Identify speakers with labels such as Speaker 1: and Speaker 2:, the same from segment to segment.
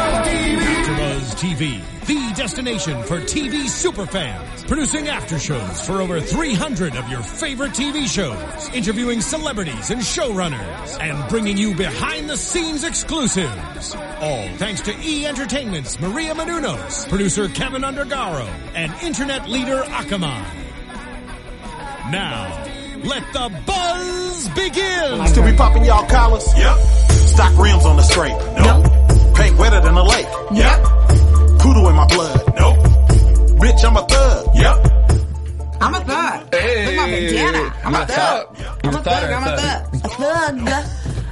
Speaker 1: AfterBuzz TV, the destination for TV superfans, producing aftershows for over 300 of your favorite TV shows, interviewing celebrities and showrunners, and bringing you behind-the-scenes exclusives. All thanks to E Entertainment's Maria Menounos, producer Kevin Undergaro, and internet leader Akamai. Now, let the buzz begin.
Speaker 2: Still be popping y'all collars.
Speaker 3: Yep.
Speaker 2: Stock rims on the straight.
Speaker 3: Nope.
Speaker 2: Paint wetter than a lake.
Speaker 3: Yep.
Speaker 2: Poodle in my blood.
Speaker 3: Nope.
Speaker 2: Bitch, I'm a thug.
Speaker 3: Yep.
Speaker 4: I'm a thug. Look at my bandana. I'm a thug. I'm a thug. I'm a thug. A thug.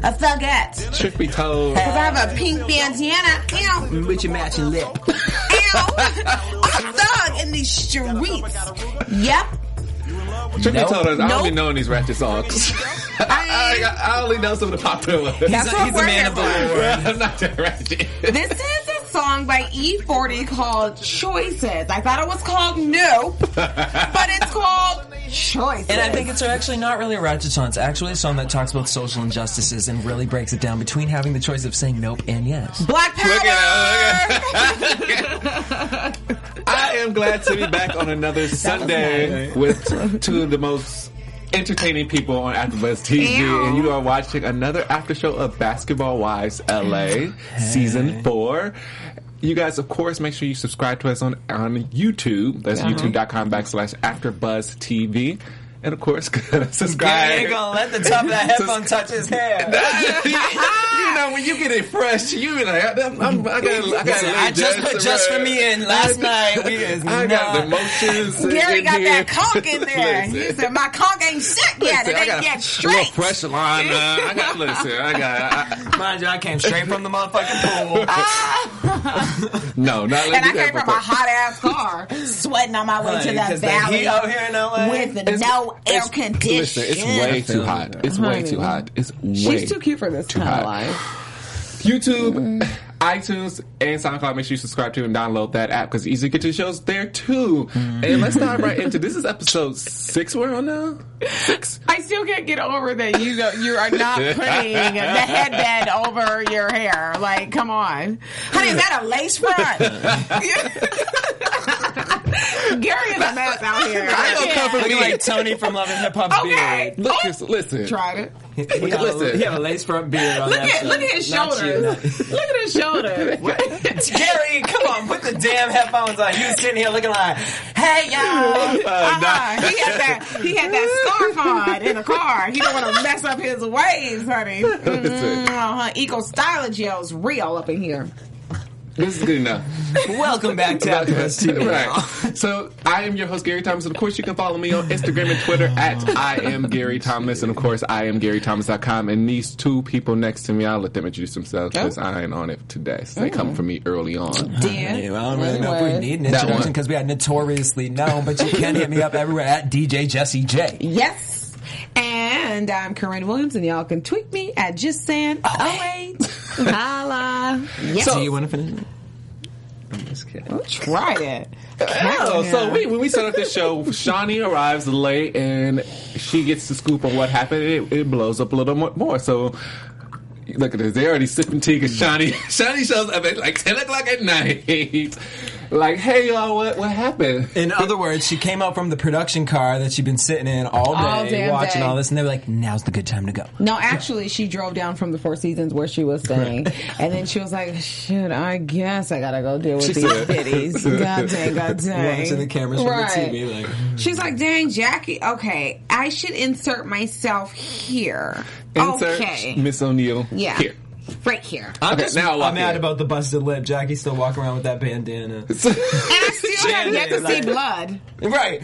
Speaker 4: A thugette.
Speaker 5: Truth be told,
Speaker 4: Cause I have a pink bandana. Ow.
Speaker 6: with your matching lip.
Speaker 4: Ow. I'm a thug in these streets. Yep.
Speaker 5: truth be told, I
Speaker 4: Nope.
Speaker 5: only know these ratchet songs. I, I, I only know some of the popular ones.
Speaker 4: That's what
Speaker 6: he's
Speaker 4: we're
Speaker 6: a man
Speaker 4: here
Speaker 6: of the
Speaker 4: for.
Speaker 6: Lord.
Speaker 5: I'm not that ratchet.
Speaker 4: This is a song by E40 called Choices. I thought it was called New, but it's called Choices.
Speaker 6: And I think it's actually not really a ratchet song. It's actually a song that talks about social injustices and really breaks it down between having the choice of saying nope and yes.
Speaker 4: Black Power.
Speaker 5: Look at I am glad to be back on another Sunday with two of the most entertaining people on AfterBuzz TV,
Speaker 4: Ew.
Speaker 5: and you are watching another after show of Basketball Wives LA season four. You guys, of course, make sure you subscribe to us on on YouTube. That's
Speaker 4: Uh-huh.
Speaker 5: youtube.com backslash AfterBuzz TV. And of course, subscribe.
Speaker 6: ain't gonna let the top of that headphone touch his hair.
Speaker 5: you know, when you get it fresh, you be like, I'm, I'm, I got, I got.
Speaker 6: Listen, I just put just for me in last night. We is
Speaker 5: I got the
Speaker 6: not-
Speaker 5: emotions.
Speaker 4: Gary
Speaker 5: in
Speaker 4: got
Speaker 5: here.
Speaker 4: that conk in there. He
Speaker 5: Listen.
Speaker 4: said, my conk ain't shit yet.
Speaker 5: Listen,
Speaker 4: It
Speaker 5: I
Speaker 4: ain't yet
Speaker 5: got a little
Speaker 4: straight.
Speaker 5: fresh line. uh, I got. Listen, I got. I,
Speaker 6: Mind you, I came straight from the motherfucking pool.
Speaker 5: no, not.
Speaker 4: And I came from a hot ass car, sweating on my way to the
Speaker 6: Because the
Speaker 4: valley
Speaker 6: heat out here in LA.
Speaker 4: with no air conditioning.
Speaker 5: Listen, it's way too hot. It's way too hot. It's way.
Speaker 7: She's too cute for this
Speaker 5: too
Speaker 7: kind
Speaker 5: hot.
Speaker 7: of life.
Speaker 5: YouTube, iTunes, and SoundCloud. Make sure you subscribe to and download that app because easy to get your shows there too. And let's dive right into this. Is episode six? We're on now. Six.
Speaker 7: I still can't get over that you go, you are not putting the headband over your hair. Like, come on,
Speaker 4: Honey, is that a lace front?
Speaker 7: Gary is a mess out here.
Speaker 5: I don't come from
Speaker 6: Looking
Speaker 5: me.
Speaker 6: like Tony from Love and Hip Hop
Speaker 7: Okay.
Speaker 6: beard.
Speaker 5: Look,
Speaker 4: Oh!
Speaker 5: listen, listen.
Speaker 7: Tried it.
Speaker 6: He had, a,
Speaker 5: Listen.
Speaker 6: he had a lace front beard on
Speaker 7: Look
Speaker 6: that
Speaker 7: at
Speaker 6: show.
Speaker 7: look at his
Speaker 6: Not you,
Speaker 7: shoulders.
Speaker 6: not-
Speaker 7: Look at his shoulder.
Speaker 6: Gary, come on, put the damn headphones on. You was sitting here looking like, hey y'all.
Speaker 7: Uh-uh. He had that he had that scarf on in the car. He don't want to mess up his waves, honey.
Speaker 5: Listen.
Speaker 7: Mm, uh-huh. Eco styling gel's real up in here.
Speaker 5: This is good enough.
Speaker 6: Welcome back to Afterbuzz TV.
Speaker 5: Right. So I am your host Gary Thomas, and of course you can follow me on Instagram and Twitter at I am Gary Thomas, and of course I am GaryThomas.com. And these two people next to me, I'll let them introduce themselves because I ain't on it today. So they come for me early on.
Speaker 6: Yeah, well, I don't really know if we need an
Speaker 5: That
Speaker 6: introduction
Speaker 5: one.
Speaker 6: because we are notoriously known, but you can hit me up everywhere at DJ Jesse J.
Speaker 7: Yes. And I'm Corinne Williams, and y'all can tweet me at just saying, oh wait, holla. Yes.
Speaker 6: So you want to finish? I'm just kidding.
Speaker 7: try it.
Speaker 5: Oh, so we, when we set up this show, Shawnee arrives late and she gets the scoop on what happened. It, it blows up a little mo- more. So look at this. They're already sipping tea because Shawnee, Shawnee shows up at like 10 o'clock at night. Like, hey, y'all, what, what happened?
Speaker 6: In other words, she came out from the production car that she'd been sitting in all day,
Speaker 7: All damn
Speaker 6: watching
Speaker 7: day.
Speaker 6: all this, and they were like, "Now's the good time to go."
Speaker 7: No, actually, she drove down from the Four Seasons where she was staying, and then she was like, "Shit, I guess I gotta go deal with
Speaker 5: She
Speaker 7: these
Speaker 5: said-
Speaker 7: biddies." God dang, God dang.
Speaker 6: Watching the cameras from
Speaker 7: Right.
Speaker 6: the TV, like,
Speaker 4: She's like, dang, Jackie, okay, I should insert myself here.
Speaker 5: Insert
Speaker 4: okay.
Speaker 5: Miss O'Neill
Speaker 4: Yeah.
Speaker 5: here.
Speaker 4: Right here.
Speaker 6: I'm
Speaker 5: Okay,
Speaker 6: just
Speaker 5: now
Speaker 6: I'm
Speaker 5: walk
Speaker 6: mad
Speaker 5: in.
Speaker 6: about the busted lip. Jackie's still walking around with that bandana.
Speaker 4: And I still have yet to see
Speaker 6: Like-
Speaker 4: blood.
Speaker 6: right.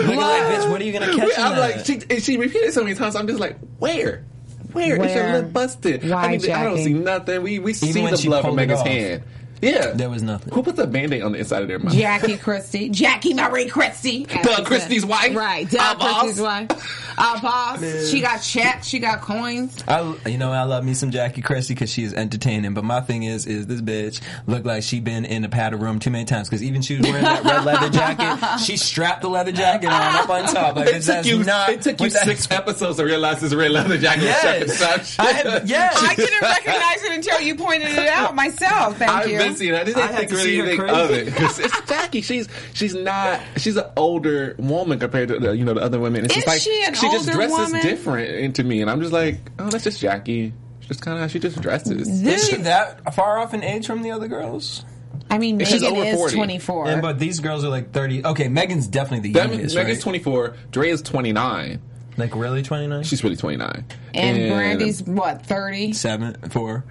Speaker 6: Looking like, bitch, what are you gonna catch? in
Speaker 5: I'm
Speaker 6: that?
Speaker 5: like, she, and she repeated so many times. I'm just like, where? Where is your
Speaker 7: Where?
Speaker 5: lip busted? I
Speaker 7: Why,
Speaker 5: mean, I don't
Speaker 7: Jackie?
Speaker 5: see nothing. We we see
Speaker 6: when
Speaker 5: the
Speaker 6: she
Speaker 5: blood from
Speaker 6: pulled it
Speaker 5: Megan's
Speaker 6: off.
Speaker 5: hand. Yeah.
Speaker 6: There was nothing.
Speaker 5: Who put the band-aid on the inside of their mouth?
Speaker 7: Jackie Christie, Jackie Marie Christie,
Speaker 5: Doug Christie's wife?
Speaker 7: right?
Speaker 5: Our
Speaker 7: Doug
Speaker 5: boss?
Speaker 7: Christie's wife, our boss. She got checks, she got coins.
Speaker 6: I, you know, I love me some Jackie Christie because she is entertaining. But my thing is, is this bitch look like she been in a padded room too many times? Because even she was wearing that red leather jacket, she strapped the leather jacket on up on top. Like
Speaker 5: It
Speaker 6: bitch,
Speaker 5: took,
Speaker 6: that's
Speaker 5: you,
Speaker 6: not.
Speaker 5: it took you
Speaker 6: what that-
Speaker 5: six episodes to realize this red leather jacket was
Speaker 6: Yes.
Speaker 5: Chuck and Chuck.
Speaker 6: I had- yes.
Speaker 4: Oh, I didn't recognize it until you pointed it out myself. Thank
Speaker 5: I've
Speaker 4: you.
Speaker 5: been seeing it. I just
Speaker 6: I
Speaker 5: didn't
Speaker 6: had
Speaker 5: think
Speaker 6: to see
Speaker 5: really
Speaker 6: her
Speaker 5: anything
Speaker 6: crazy.
Speaker 5: of it. 'Cause It's Jackie. She's she's not. She's an older woman compared to the, you know the other women. And she's
Speaker 7: Is
Speaker 5: like
Speaker 7: she an
Speaker 5: just
Speaker 7: older
Speaker 5: dresses
Speaker 7: woman?
Speaker 5: different into me, and I'm just like, oh, that's just Jackie. She's just kind of how she just dresses.
Speaker 6: Is she that far off in age from the other girls?
Speaker 7: I mean,
Speaker 5: She's
Speaker 7: Megan
Speaker 5: over
Speaker 7: is
Speaker 5: 40.
Speaker 7: twenty four.
Speaker 6: And but these girls are like thirty. Okay, Megan's definitely the
Speaker 5: That
Speaker 6: youngest,
Speaker 5: means
Speaker 6: right?
Speaker 5: Megan's 24. Dre is 29.
Speaker 6: like really twenty nine.
Speaker 5: She's really 29.
Speaker 7: and, Brandy's what thirty?
Speaker 6: seven, four.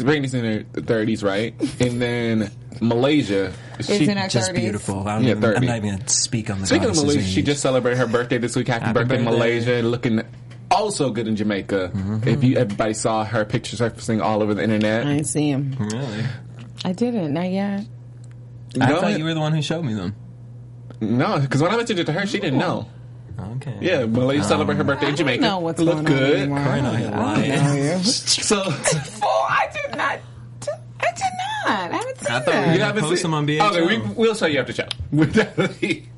Speaker 5: Brandy's in her 30s, right? And then Malaysia.
Speaker 7: Is
Speaker 5: she-
Speaker 7: in her
Speaker 6: Just
Speaker 7: 30s.
Speaker 6: beautiful. I don't
Speaker 5: Yeah,
Speaker 6: even, I'm
Speaker 5: 30.
Speaker 6: not even gonna speak on the.
Speaker 5: Speaking of
Speaker 6: goddess's
Speaker 5: Malaysia, she
Speaker 6: age.
Speaker 5: just celebrated her birthday this week. Happy,
Speaker 6: Happy
Speaker 5: birthday,
Speaker 6: birthday. Mm-hmm.
Speaker 5: Malaysia! Looking also good in Jamaica. If you everybody saw her picture surfacing all over the internet,
Speaker 7: I didn't see him.
Speaker 6: really.
Speaker 7: I didn't. Not yet.
Speaker 6: I
Speaker 5: No,
Speaker 6: thought you were the one who showed me them.
Speaker 5: no, because when I mentioned it to her, she didn't know.
Speaker 6: Okay.
Speaker 5: Yeah, Malaysia celebrated her birthday in
Speaker 7: I
Speaker 5: Jamaica.
Speaker 7: don't know what's
Speaker 5: Looked
Speaker 7: going on
Speaker 5: good.
Speaker 7: anymore.
Speaker 6: I know you're lying.
Speaker 5: so
Speaker 7: Oh, I did not. I did not. I haven't seen
Speaker 6: I thought
Speaker 7: that.
Speaker 6: we- gotta post them on BHO.
Speaker 5: Okay, we, we'll show you after show. We definitely-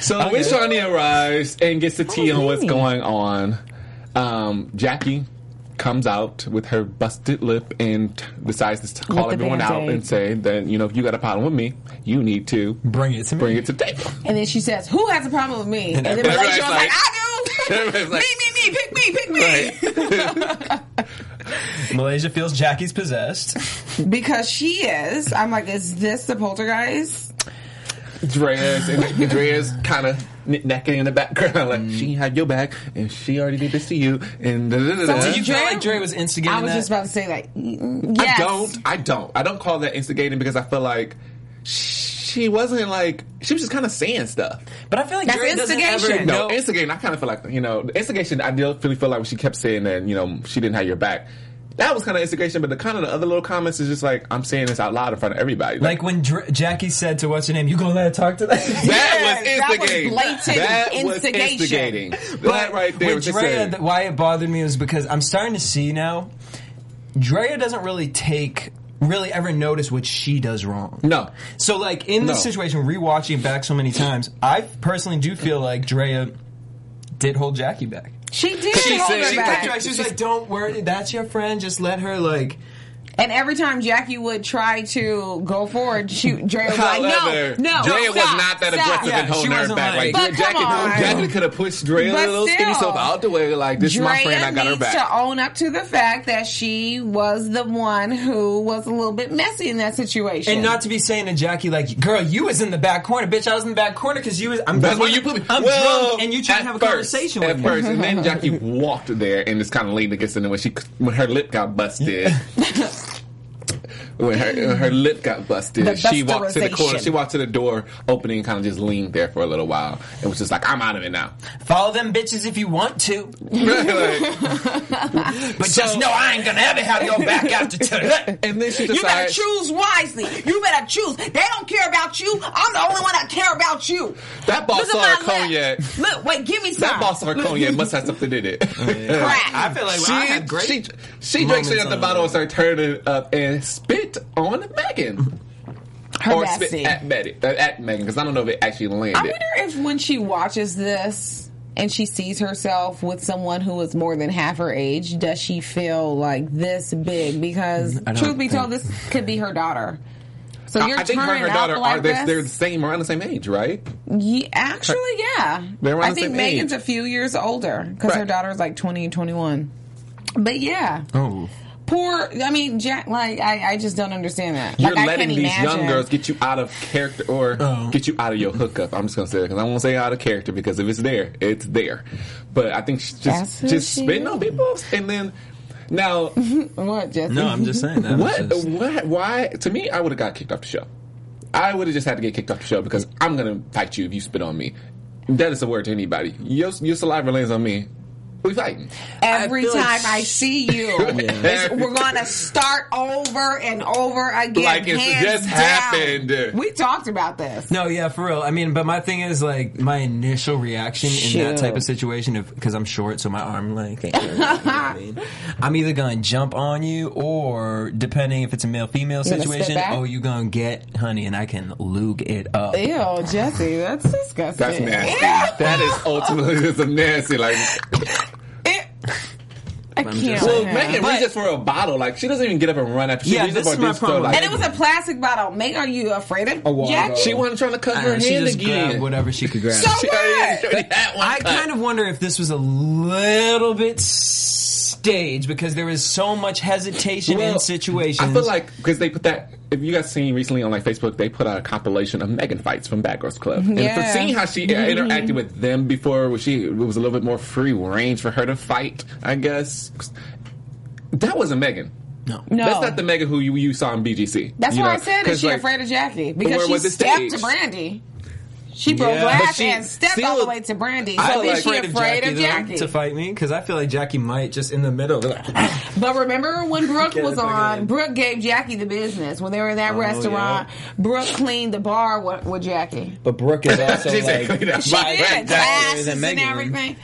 Speaker 5: so when Shawnee arrives and gets the tea on what's going on, um, Jackie comes out with her busted lip and t- decides to call
Speaker 7: With the
Speaker 5: everyone out
Speaker 7: Band-Aid.
Speaker 5: and say that you know if you got a problem with me, you need to
Speaker 6: Bring it to me.
Speaker 5: bring it to the table.
Speaker 7: And then she says, "Who has a problem with me?" And, then
Speaker 5: everybody's
Speaker 7: Malaysia was like,
Speaker 5: like-
Speaker 7: "I do."
Speaker 5: Everybody's like-
Speaker 7: me, me, me, pick me, pick me.
Speaker 6: Malaysia feels Jackie's possessed.
Speaker 4: Because she is. I'm like, is this the poltergeist?
Speaker 5: Drea's and Drea's kind of knickknacking in the background, like she had your back and she already did this to you. And da, da, da, da.
Speaker 6: Did you feel like Dre was instigating
Speaker 4: I was
Speaker 6: that?
Speaker 4: just about to say, like, mm,
Speaker 5: I
Speaker 4: yes.
Speaker 5: don't. I don't. I don't call that instigating because I feel like she wasn't like she was just kind of saying stuff.
Speaker 6: but I feel like
Speaker 4: That's
Speaker 6: Dre doesn't ever
Speaker 4: instigation.
Speaker 5: No,
Speaker 6: know.
Speaker 5: instigating. I kind of feel like you know the instigation. I do really feel like when she kept saying that you know she didn't have your back. That was kind of instigation, but the kind of the other little comments is just like I'm saying this out loud in front of everybody.
Speaker 6: like when Dre, Jackie said to what's her name, you gonna let her talk to that?
Speaker 5: that
Speaker 4: Yes, that
Speaker 5: was
Speaker 4: was
Speaker 5: instigating.
Speaker 4: blatant instigation.
Speaker 5: instigating. that right there. was
Speaker 6: With Drea,
Speaker 5: insane.
Speaker 6: th- why it bothered me is because I'm starting to see now. Drea doesn't really take, really ever notice what she does wrong.
Speaker 5: no,
Speaker 6: So, like in
Speaker 5: No.
Speaker 6: this situation, rewatching it back so many times, I personally do feel like Drea did hold Jackie back.
Speaker 4: She did
Speaker 5: She
Speaker 4: hold
Speaker 5: said-
Speaker 4: her
Speaker 5: she
Speaker 4: back.
Speaker 5: took
Speaker 6: She's, like, "Don't worry, that's your friend. Just let her like."
Speaker 4: And every time Jackie would try to go forward, shoot, Dre was like, no,
Speaker 5: However,
Speaker 4: no,
Speaker 5: Drea
Speaker 4: stop,
Speaker 5: was not that
Speaker 4: stop.
Speaker 5: aggressive
Speaker 6: Yeah,
Speaker 5: in holding
Speaker 6: she
Speaker 5: her
Speaker 6: wasn't
Speaker 5: back.
Speaker 6: lying.
Speaker 5: Like,
Speaker 4: But
Speaker 5: Jackie,
Speaker 4: come on.
Speaker 5: Jackie could have pushed Drea a
Speaker 4: But
Speaker 5: little skinny
Speaker 4: still,
Speaker 5: self out the way. Like, this is my
Speaker 4: Drea
Speaker 5: friend. I got her
Speaker 4: needs
Speaker 5: back.
Speaker 4: to own up to the fact that she was the one who was a little bit messy in that situation.
Speaker 6: And not to be saying to Jackie, like, "Girl, you was in the back corner, bitch. I was in the back corner because you was." I'm
Speaker 5: That's
Speaker 6: drunk.
Speaker 5: where you put me.
Speaker 6: I'm
Speaker 5: well,
Speaker 6: drunk, and you
Speaker 5: at
Speaker 6: trying to have a
Speaker 5: first,
Speaker 6: conversation
Speaker 5: at
Speaker 6: with me.
Speaker 5: first, and then Jackie walked there and just kind of leaned against it. And when she, when her lip got busted. When her, when her lip got busted,
Speaker 4: The
Speaker 5: she walked to the corner.
Speaker 4: busterization.
Speaker 5: She walked to the door opening, and kind of just leaned there for a little while, and was just like, "I'm out of it now."
Speaker 6: Follow them bitches if you want to,
Speaker 5: Like,
Speaker 6: but just know I ain't gonna ever have your back after today.
Speaker 5: and then she
Speaker 4: you better
Speaker 5: decides,
Speaker 4: choose wisely. You better choose. They don't care about you. I'm the only one that care about you.
Speaker 5: "That boss
Speaker 4: Look at
Speaker 5: saw her
Speaker 4: my
Speaker 5: cognac."
Speaker 4: lip. Look, wait, give me some.
Speaker 5: That boss of her cognac must have something in it.
Speaker 6: Oh,
Speaker 4: Crack.
Speaker 6: I feel like well, I had great.
Speaker 5: she, she drinks it
Speaker 6: moments
Speaker 5: at the
Speaker 6: on
Speaker 5: bottle
Speaker 6: that.
Speaker 5: and starts turning it up and spit on Megan. or spit
Speaker 4: bestie.
Speaker 5: at, Betty, uh, at Megan, because I don't know if it actually landed.
Speaker 4: I wonder if when she watches this and she sees herself with someone who is more than half her age, does she feel like this big? Because
Speaker 6: I don't
Speaker 4: truth be
Speaker 6: think-
Speaker 4: told, this could be her daughter. So
Speaker 5: I-
Speaker 4: you're
Speaker 5: I think her
Speaker 4: turning
Speaker 5: and her
Speaker 4: out
Speaker 5: daughter
Speaker 4: like
Speaker 5: are they're,
Speaker 4: this?
Speaker 5: they're the same around the same age, right?
Speaker 4: Ye- actually, yeah.
Speaker 5: They're around
Speaker 4: I
Speaker 5: the
Speaker 4: think
Speaker 5: same
Speaker 4: Megan's
Speaker 5: age.
Speaker 4: a few years older because her
Speaker 5: Right.
Speaker 4: daughter's like 20, 21. But yeah,
Speaker 6: Oh,
Speaker 4: poor. I mean, Jack. Like, I, I just don't understand that.
Speaker 5: You're
Speaker 4: like, I
Speaker 5: letting
Speaker 4: can't
Speaker 5: these young
Speaker 4: imagine.
Speaker 5: girls get you out of character or
Speaker 6: Oh.
Speaker 5: get you out of your hookup. I'm just gonna say that because I won't say out of character because if it's there, it's there. But I think she's
Speaker 4: That's
Speaker 5: just
Speaker 4: who
Speaker 5: just
Speaker 4: she Mm-hmm.
Speaker 5: spitting on people and then now
Speaker 4: What, Jesse?
Speaker 6: no, I'm just saying that.
Speaker 5: What? What? Why? To me, I would have got kicked off the show. I would have just had to get kicked off the show because I'm gonna fight you if you spit on me. That is a word to anybody. Your, your saliva lands on me. We fighting.
Speaker 4: Every
Speaker 6: feel
Speaker 4: time
Speaker 6: like
Speaker 4: I see you, it's- we're gonna start over and over again.
Speaker 5: Like it's
Speaker 4: hands
Speaker 5: just
Speaker 4: down.
Speaker 5: happened.
Speaker 4: We talked about this.
Speaker 6: No, yeah, for real. I mean, but my thing is like my initial reaction in that
Speaker 4: Shoot.
Speaker 6: type of situation, if because I'm short, so my arm length. ain't really- you know what I mean? I'm either gonna jump on you, or depending if it's a male female
Speaker 4: gonna spit
Speaker 6: situation,
Speaker 4: back?
Speaker 6: oh, you gonna get honey, and I can lug it up.
Speaker 4: Ew, Jesse, that's disgusting.
Speaker 5: That's nasty. That is ultimately just some nasty. Like,
Speaker 4: I can't.
Speaker 5: well,
Speaker 4: with
Speaker 5: Megan
Speaker 4: him.
Speaker 5: reaches for a bottle. Like, she doesn't even get up and run after. She
Speaker 6: Yeah,
Speaker 5: reaches
Speaker 6: this
Speaker 5: for
Speaker 6: is my
Speaker 5: this store,
Speaker 6: problem.
Speaker 5: Like,
Speaker 4: and it was a plastic bottle. Meg, are you afraid of Jack?
Speaker 5: She wasn't trying to cut her
Speaker 6: Uh, she
Speaker 5: hand
Speaker 6: just
Speaker 5: again.
Speaker 6: grabbed whatever she could grab.
Speaker 4: So
Speaker 5: She
Speaker 4: what?
Speaker 5: already- she already had one
Speaker 6: I
Speaker 5: cut.
Speaker 6: kind of wonder if this was a little bit staged because there was so much hesitation in situations.
Speaker 5: I feel like because they put that. If you guys seen recently on like Facebook, they put out a compilation of Megan fights from Bad Girls Club, and for
Speaker 4: Yeah. Mm-hmm.
Speaker 5: seeing how she interacted with them before, where she it was a little bit more free range for her to fight. I guess that wasn't Megan.
Speaker 6: no.
Speaker 4: No.
Speaker 5: That's not the Megan who you, you saw in BGC.
Speaker 4: Oh. That's
Speaker 5: you
Speaker 4: why
Speaker 5: know?
Speaker 4: I said is
Speaker 5: 'Cause,
Speaker 4: she
Speaker 5: like,
Speaker 4: afraid of Jackie
Speaker 5: where
Speaker 4: because she
Speaker 5: was the
Speaker 4: stepped to
Speaker 5: stage?
Speaker 4: Brandy. She broke
Speaker 6: Yeah.
Speaker 4: glass
Speaker 5: But she
Speaker 4: and stepped
Speaker 5: still-
Speaker 4: all the way to Brandy.
Speaker 5: I
Speaker 4: So
Speaker 5: was
Speaker 4: is she
Speaker 5: afraid
Speaker 4: afraid
Speaker 5: of
Speaker 4: of
Speaker 6: though,
Speaker 4: Jackie?
Speaker 6: to fight me because I feel like Jackie might just in the middle. be like, "Ah."
Speaker 4: But remember when Brooke
Speaker 6: Get it
Speaker 4: was
Speaker 6: back
Speaker 4: on?
Speaker 6: in. Oh,
Speaker 4: Brooke gave Jackie the business when they were in that restaurant. Brooke cleaned the bar with, with Jackie.
Speaker 6: but Brooke is also
Speaker 5: She said,
Speaker 6: like,
Speaker 5: "Clean up
Speaker 4: She
Speaker 5: my
Speaker 6: Right,
Speaker 4: did
Speaker 5: right,
Speaker 4: glasses
Speaker 6: Jackie and
Speaker 4: and,
Speaker 6: Megan.
Speaker 4: everything.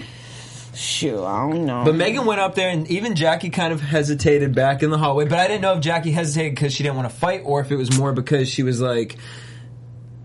Speaker 4: Shoot, I don't know.
Speaker 6: But Megan went up there, and even Jackie kind of hesitated back in the hallway. But I didn't know if Jackie hesitated because she didn't want to fight, or if it was more because she was like,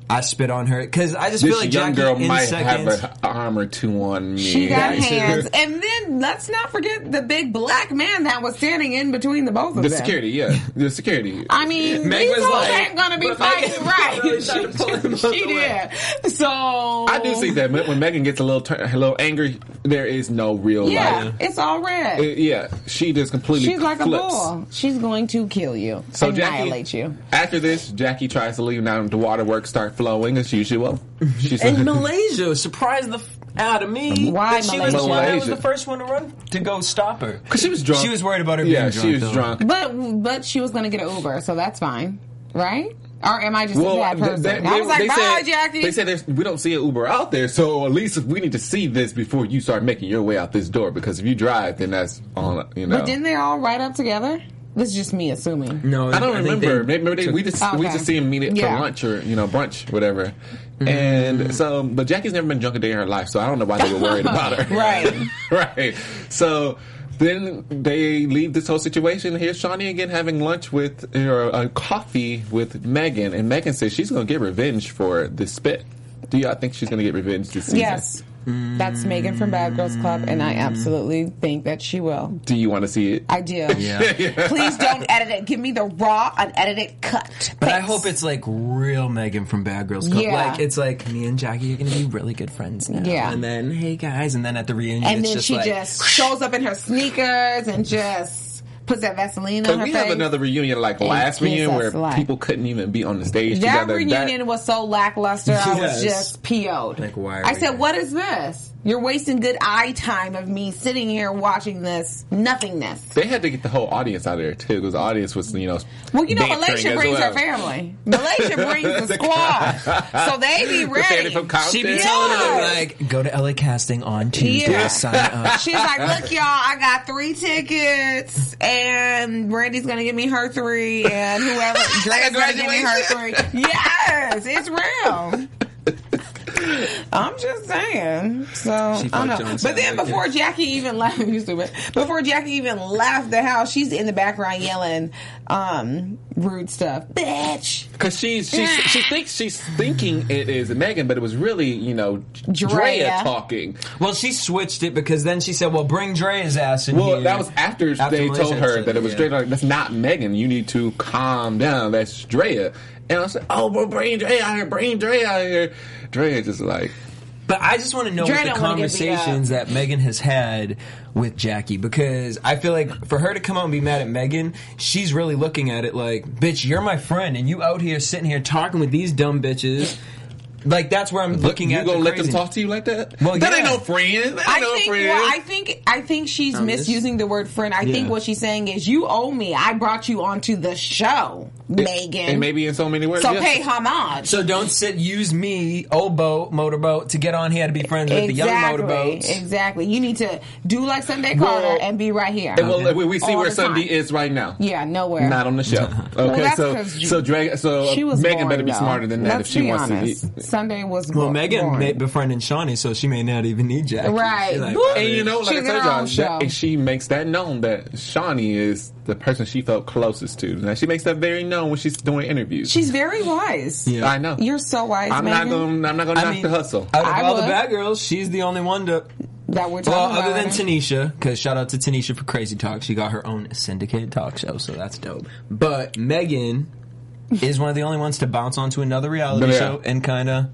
Speaker 6: "I spit on her." Because I just
Speaker 5: This
Speaker 6: feel like
Speaker 5: young
Speaker 6: Jackie
Speaker 5: girl
Speaker 6: in
Speaker 5: might
Speaker 6: seconds.
Speaker 5: have an arm or two on me.
Speaker 4: she got
Speaker 5: Like,
Speaker 4: hands, and then let's not forget the big black man that was standing in between the both of
Speaker 5: The
Speaker 4: them.
Speaker 5: security, yeah, the security.
Speaker 4: I mean,
Speaker 6: Meg
Speaker 4: these
Speaker 6: was
Speaker 4: hoes
Speaker 6: like-
Speaker 4: ain't gonna be
Speaker 6: but Megan-
Speaker 4: fighting, right?
Speaker 6: Really tried to pull him up
Speaker 4: she
Speaker 6: the way.
Speaker 4: did. So I
Speaker 5: I do see that when Megan gets a little tur- a little angry, there is no real
Speaker 4: Yeah,
Speaker 5: like.
Speaker 4: it's all red.
Speaker 5: Uh, yeah, she just completely.
Speaker 4: She's like a
Speaker 5: flips.
Speaker 4: bull. She's going to kill you,
Speaker 5: So
Speaker 4: annihilate
Speaker 5: Jackie,
Speaker 4: you.
Speaker 5: After this, Jackie tries to leave. Now the waterworks start flowing as usual. She's
Speaker 6: And Malaysia surprised the f- out of me.
Speaker 4: Why
Speaker 6: that she was the
Speaker 4: Malaysia?
Speaker 6: one that was
Speaker 5: Malaysia.
Speaker 6: the first one to run to go stop her.
Speaker 5: because she was drunk.
Speaker 6: She was worried about her
Speaker 5: Yeah,
Speaker 6: being
Speaker 5: she
Speaker 6: drunk,
Speaker 5: was
Speaker 6: though.
Speaker 5: drunk.
Speaker 4: But but she was going to get an Uber, so that's fine, right? Or am I just a
Speaker 5: Well,
Speaker 4: bad
Speaker 5: th-
Speaker 4: person?
Speaker 5: that-
Speaker 4: I was like, bye,
Speaker 5: said,
Speaker 4: Jackie.
Speaker 5: They said there's, we don't see an Uber out there, so at least we need to see this before you start making your way out this door. Because if you drive, then that's on you know.
Speaker 4: but didn't they all ride up together? This is just me assuming.
Speaker 6: No,
Speaker 5: I don't
Speaker 6: think
Speaker 5: remember.
Speaker 6: they-
Speaker 5: Maybe, maybe they, we just we
Speaker 4: Okay.
Speaker 5: just see him meet it
Speaker 4: Yeah.
Speaker 5: for lunch or you know brunch, whatever.
Speaker 6: Mm-hmm.
Speaker 5: And so, but Jackie's never been drunk a day in her life, so I don't know why they were worried about her.
Speaker 4: Right.
Speaker 5: right. So then they leave this whole situation. Here's Shawnee again having lunch with or a coffee with Megan, and Megan says she's going to get revenge for the spit. Do y'all think she's going to get revenge this season?
Speaker 4: Yes, that's Megan from Bad Girls Club, and I absolutely think that she will.
Speaker 5: Do you want to see it?
Speaker 4: I do. Please don't edit it. Give me the raw, unedited cut.
Speaker 6: But I hope it's like real Megan from Bad Girls Club.
Speaker 4: Yeah.
Speaker 6: Like it's like me and Jackie are gonna be really good friends now.
Speaker 4: Yeah.
Speaker 6: And then hey guys, and then at the reunion,
Speaker 4: And
Speaker 6: it's
Speaker 4: then
Speaker 6: just
Speaker 4: she
Speaker 6: like,
Speaker 4: just shows up in her sneakers and just puts that Vaseline on
Speaker 5: But
Speaker 4: her
Speaker 5: we
Speaker 4: face.
Speaker 5: have another reunion like last
Speaker 4: kiss
Speaker 5: reunion
Speaker 4: us
Speaker 5: where
Speaker 4: alive.
Speaker 5: people couldn't even be on the stage
Speaker 4: That
Speaker 5: together. That-
Speaker 4: reunion was so lackluster. I was
Speaker 6: Yes.
Speaker 4: just PO'd.
Speaker 6: Like, why are
Speaker 4: I
Speaker 6: we
Speaker 4: said,
Speaker 6: here?
Speaker 4: "What is this? You're wasting good eye time of me sitting here watching this nothingness."
Speaker 5: They had to get the whole audience out of there too, because the audience was, you know.
Speaker 4: Well, you know,
Speaker 5: bantering
Speaker 4: Malaysia
Speaker 5: as
Speaker 4: brings
Speaker 5: well.
Speaker 4: her family. Malaysia brings the squad, so they be
Speaker 5: The family
Speaker 4: ready.
Speaker 5: from Compton.
Speaker 6: She be
Speaker 4: Yeah.
Speaker 6: telling them like, go to LA casting on Tuesday,
Speaker 4: Yeah.
Speaker 6: sign up.
Speaker 4: She's like, "Look, y'all, I got three tickets, and Brandy's gonna give me her three, and whoever Dre's gonna give me her three. Yes, it's real." I'm just saying. So I
Speaker 6: She
Speaker 4: don't
Speaker 6: fucked
Speaker 4: know.
Speaker 6: Jones
Speaker 4: But then
Speaker 6: Saturday,
Speaker 4: before Jackie even left, you stupid. Before Jackie even left the house, she's in the background yelling um, rude stuff, bitch.
Speaker 5: Because she's, she's she thinks she's thinking it is Megan, but it was really you know Drea,
Speaker 4: Drea.
Speaker 5: talking.
Speaker 6: Well, she switched it because then she said, "Well, bring Dre's ass in
Speaker 5: Well,
Speaker 6: here."
Speaker 5: that was after, they
Speaker 6: Malaysia
Speaker 5: told her
Speaker 6: said
Speaker 5: that it was
Speaker 6: yeah.
Speaker 5: Drea. Like, that's not Megan. You need to calm down. That's Drea. And I said, "Oh, bro, bring Drea out here. Bring Drea out here." Drea just like
Speaker 6: But I just want to know
Speaker 4: Dre
Speaker 6: what the
Speaker 4: don't wanna get beat
Speaker 6: conversations that Megan has had with Jackie because I feel like for her to come out and be mad at Megan, she's really looking at it like, bitch, you're my friend and you out here sitting here talking with these dumb bitches. Like that's where I'm looking
Speaker 5: you
Speaker 6: at.
Speaker 5: gonna
Speaker 6: the
Speaker 5: let them
Speaker 6: craziness.
Speaker 5: talk to you like that?
Speaker 6: Well,
Speaker 5: that ain't
Speaker 6: yeah.
Speaker 5: no friend. That ain't
Speaker 4: I
Speaker 5: no
Speaker 4: think,
Speaker 5: friend.
Speaker 4: well, I think I think she's
Speaker 6: this-
Speaker 4: misusing the word friend. I
Speaker 6: Yeah.
Speaker 4: think what she's saying is, you owe me. I brought you onto the show, Megan.
Speaker 5: and maybe in so many words.
Speaker 4: so
Speaker 5: yes.
Speaker 4: pay homage.
Speaker 6: So don't sit use me, old boat, motorboat, to get on here to be friends with the young motorboats.
Speaker 4: Exactly. You need to do like Sunday Carter
Speaker 5: Well,
Speaker 4: and be right here.
Speaker 5: And well, we, we see
Speaker 4: All
Speaker 5: where
Speaker 4: the time.
Speaker 5: Sunday is right now.
Speaker 4: Yeah, nowhere.
Speaker 5: Not on the show. Okay,
Speaker 4: that's
Speaker 5: so
Speaker 4: 'cause you-
Speaker 5: so drag, so uh,
Speaker 4: she was
Speaker 5: Megan
Speaker 4: born,
Speaker 5: better be
Speaker 4: though.
Speaker 5: smarter than that
Speaker 4: Let's
Speaker 5: if she
Speaker 4: be
Speaker 5: wants
Speaker 4: honest.
Speaker 5: to be.
Speaker 4: Sunday was
Speaker 6: Well,
Speaker 4: bo-
Speaker 6: Megan
Speaker 4: born.
Speaker 6: may befriending Shawnee, so she may not even need Jackie.
Speaker 4: Right.
Speaker 6: She like,
Speaker 4: Woo!
Speaker 6: "Whatever."
Speaker 5: And you know, like
Speaker 4: She's
Speaker 5: I
Speaker 4: her
Speaker 5: told y'all,
Speaker 4: own
Speaker 5: that,
Speaker 4: show.
Speaker 5: and she makes that known that Shawnee is the person she felt closest to. Now she makes that very known when she's doing interviews.
Speaker 4: She's very wise.
Speaker 6: Yeah.
Speaker 5: I know.
Speaker 4: You're so wise,
Speaker 5: I'm not
Speaker 4: Megan.
Speaker 5: gonna. I'm not gonna
Speaker 6: I
Speaker 5: knock
Speaker 6: mean,
Speaker 5: the hustle.
Speaker 6: Out of
Speaker 4: I
Speaker 6: all the
Speaker 4: would.
Speaker 6: bad girls, she's the only one to.
Speaker 4: that we're talking
Speaker 6: Well,
Speaker 4: about.
Speaker 6: other than Tanisha, because shout out to Tanisha for Crazy Talk, she got her own syndicated talk show, so that's dope. But Megan is one of the only ones to bounce onto another reality
Speaker 5: Yeah.
Speaker 6: show and kind of.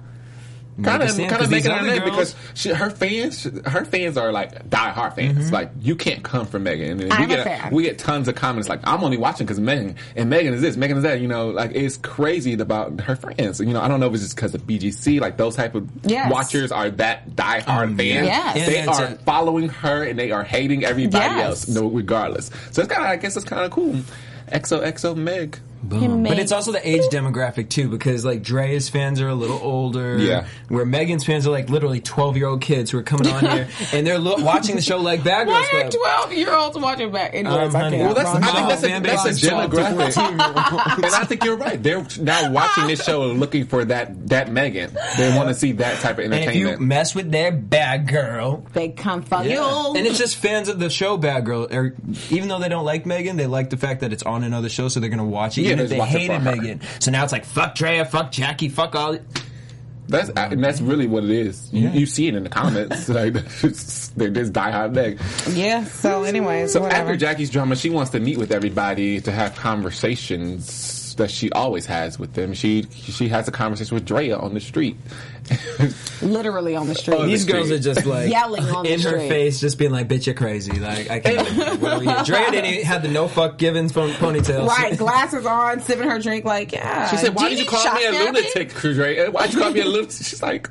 Speaker 5: kind of kind of making her name because she, her fans her fans are like diehard fans.
Speaker 6: Mm-hmm.
Speaker 5: Like you can't come from Megan. And we
Speaker 4: I'm a
Speaker 5: get
Speaker 4: fan.
Speaker 5: we get tons of comments like I'm only watching because Megan and Megan is this, Megan is that. You know, like it's crazy about her fans. You know, I don't know if it's just because of BGC. Like those type of
Speaker 4: Yes.
Speaker 5: watchers are that diehard
Speaker 6: Um,
Speaker 5: fans.
Speaker 4: yes.
Speaker 6: Yeah,
Speaker 5: They
Speaker 6: yeah, it's
Speaker 5: are
Speaker 6: a-
Speaker 5: following her and they are hating everybody
Speaker 4: Yes.
Speaker 5: else, no, regardless. So it's kind of I guess it's kind of cool. XOXO Meg.
Speaker 6: But it's also the age demographic too, because like Dre's fans are a little older.
Speaker 5: Yeah.
Speaker 6: Where Megan's fans are like literally twelve year old kids who are coming on here and they're lo- watching the show like Bad Girls
Speaker 4: Why are
Speaker 6: Club.
Speaker 4: twelve year olds watching back? Anyways, I
Speaker 6: honey,
Speaker 4: can't.
Speaker 5: Well, that's,
Speaker 6: Wrong
Speaker 5: I think
Speaker 6: show.
Speaker 5: that's a,
Speaker 6: Fan
Speaker 5: that's
Speaker 6: base
Speaker 5: a
Speaker 6: is twelve to
Speaker 5: demographic, and I think you're right. They're now watching this show and looking for that that Megan. They want to see that type of
Speaker 6: And if you
Speaker 5: entertainment.
Speaker 6: mess with their bad girl,
Speaker 4: They come for you.
Speaker 6: and it's just fans of the show Bad Girl. Or, even though they don't like Megan, they like the fact that it's on another show, so they're gonna watch
Speaker 5: Yeah,
Speaker 6: it. even
Speaker 5: they
Speaker 6: if they
Speaker 5: just watch it
Speaker 6: hated
Speaker 5: for her.
Speaker 6: Megan, so now it's like fuck Drea, fuck Jackie, fuck all.
Speaker 5: that's I, and that's really what it is. You,
Speaker 6: Yeah.
Speaker 5: you see it in the comments. like they're just diehard Meg.
Speaker 4: yeah. So, anyways,
Speaker 5: So
Speaker 4: whatever.
Speaker 5: after Jackie's drama, she wants to meet with everybody to have conversations that she always has with them. She she has a conversation with Drea on the street.
Speaker 4: Literally on the street.
Speaker 5: Oh,
Speaker 6: These girls
Speaker 5: street.
Speaker 6: are just like
Speaker 4: Yelling on the
Speaker 6: in her
Speaker 4: street.
Speaker 6: face, just being like, "Bitch, you're crazy." Like I can't. believe we're here. Drea didn't even have the no fuck givens pon- ponytail.
Speaker 4: right, glasses on, sipping her drink. Like, yeah.
Speaker 5: Oh, She said, "Why
Speaker 4: Do
Speaker 5: did you
Speaker 4: need
Speaker 5: call
Speaker 4: shock
Speaker 5: me a
Speaker 4: therapy?"
Speaker 5: lunatic, Drea? Why'd you call me a lunatic?" She's like,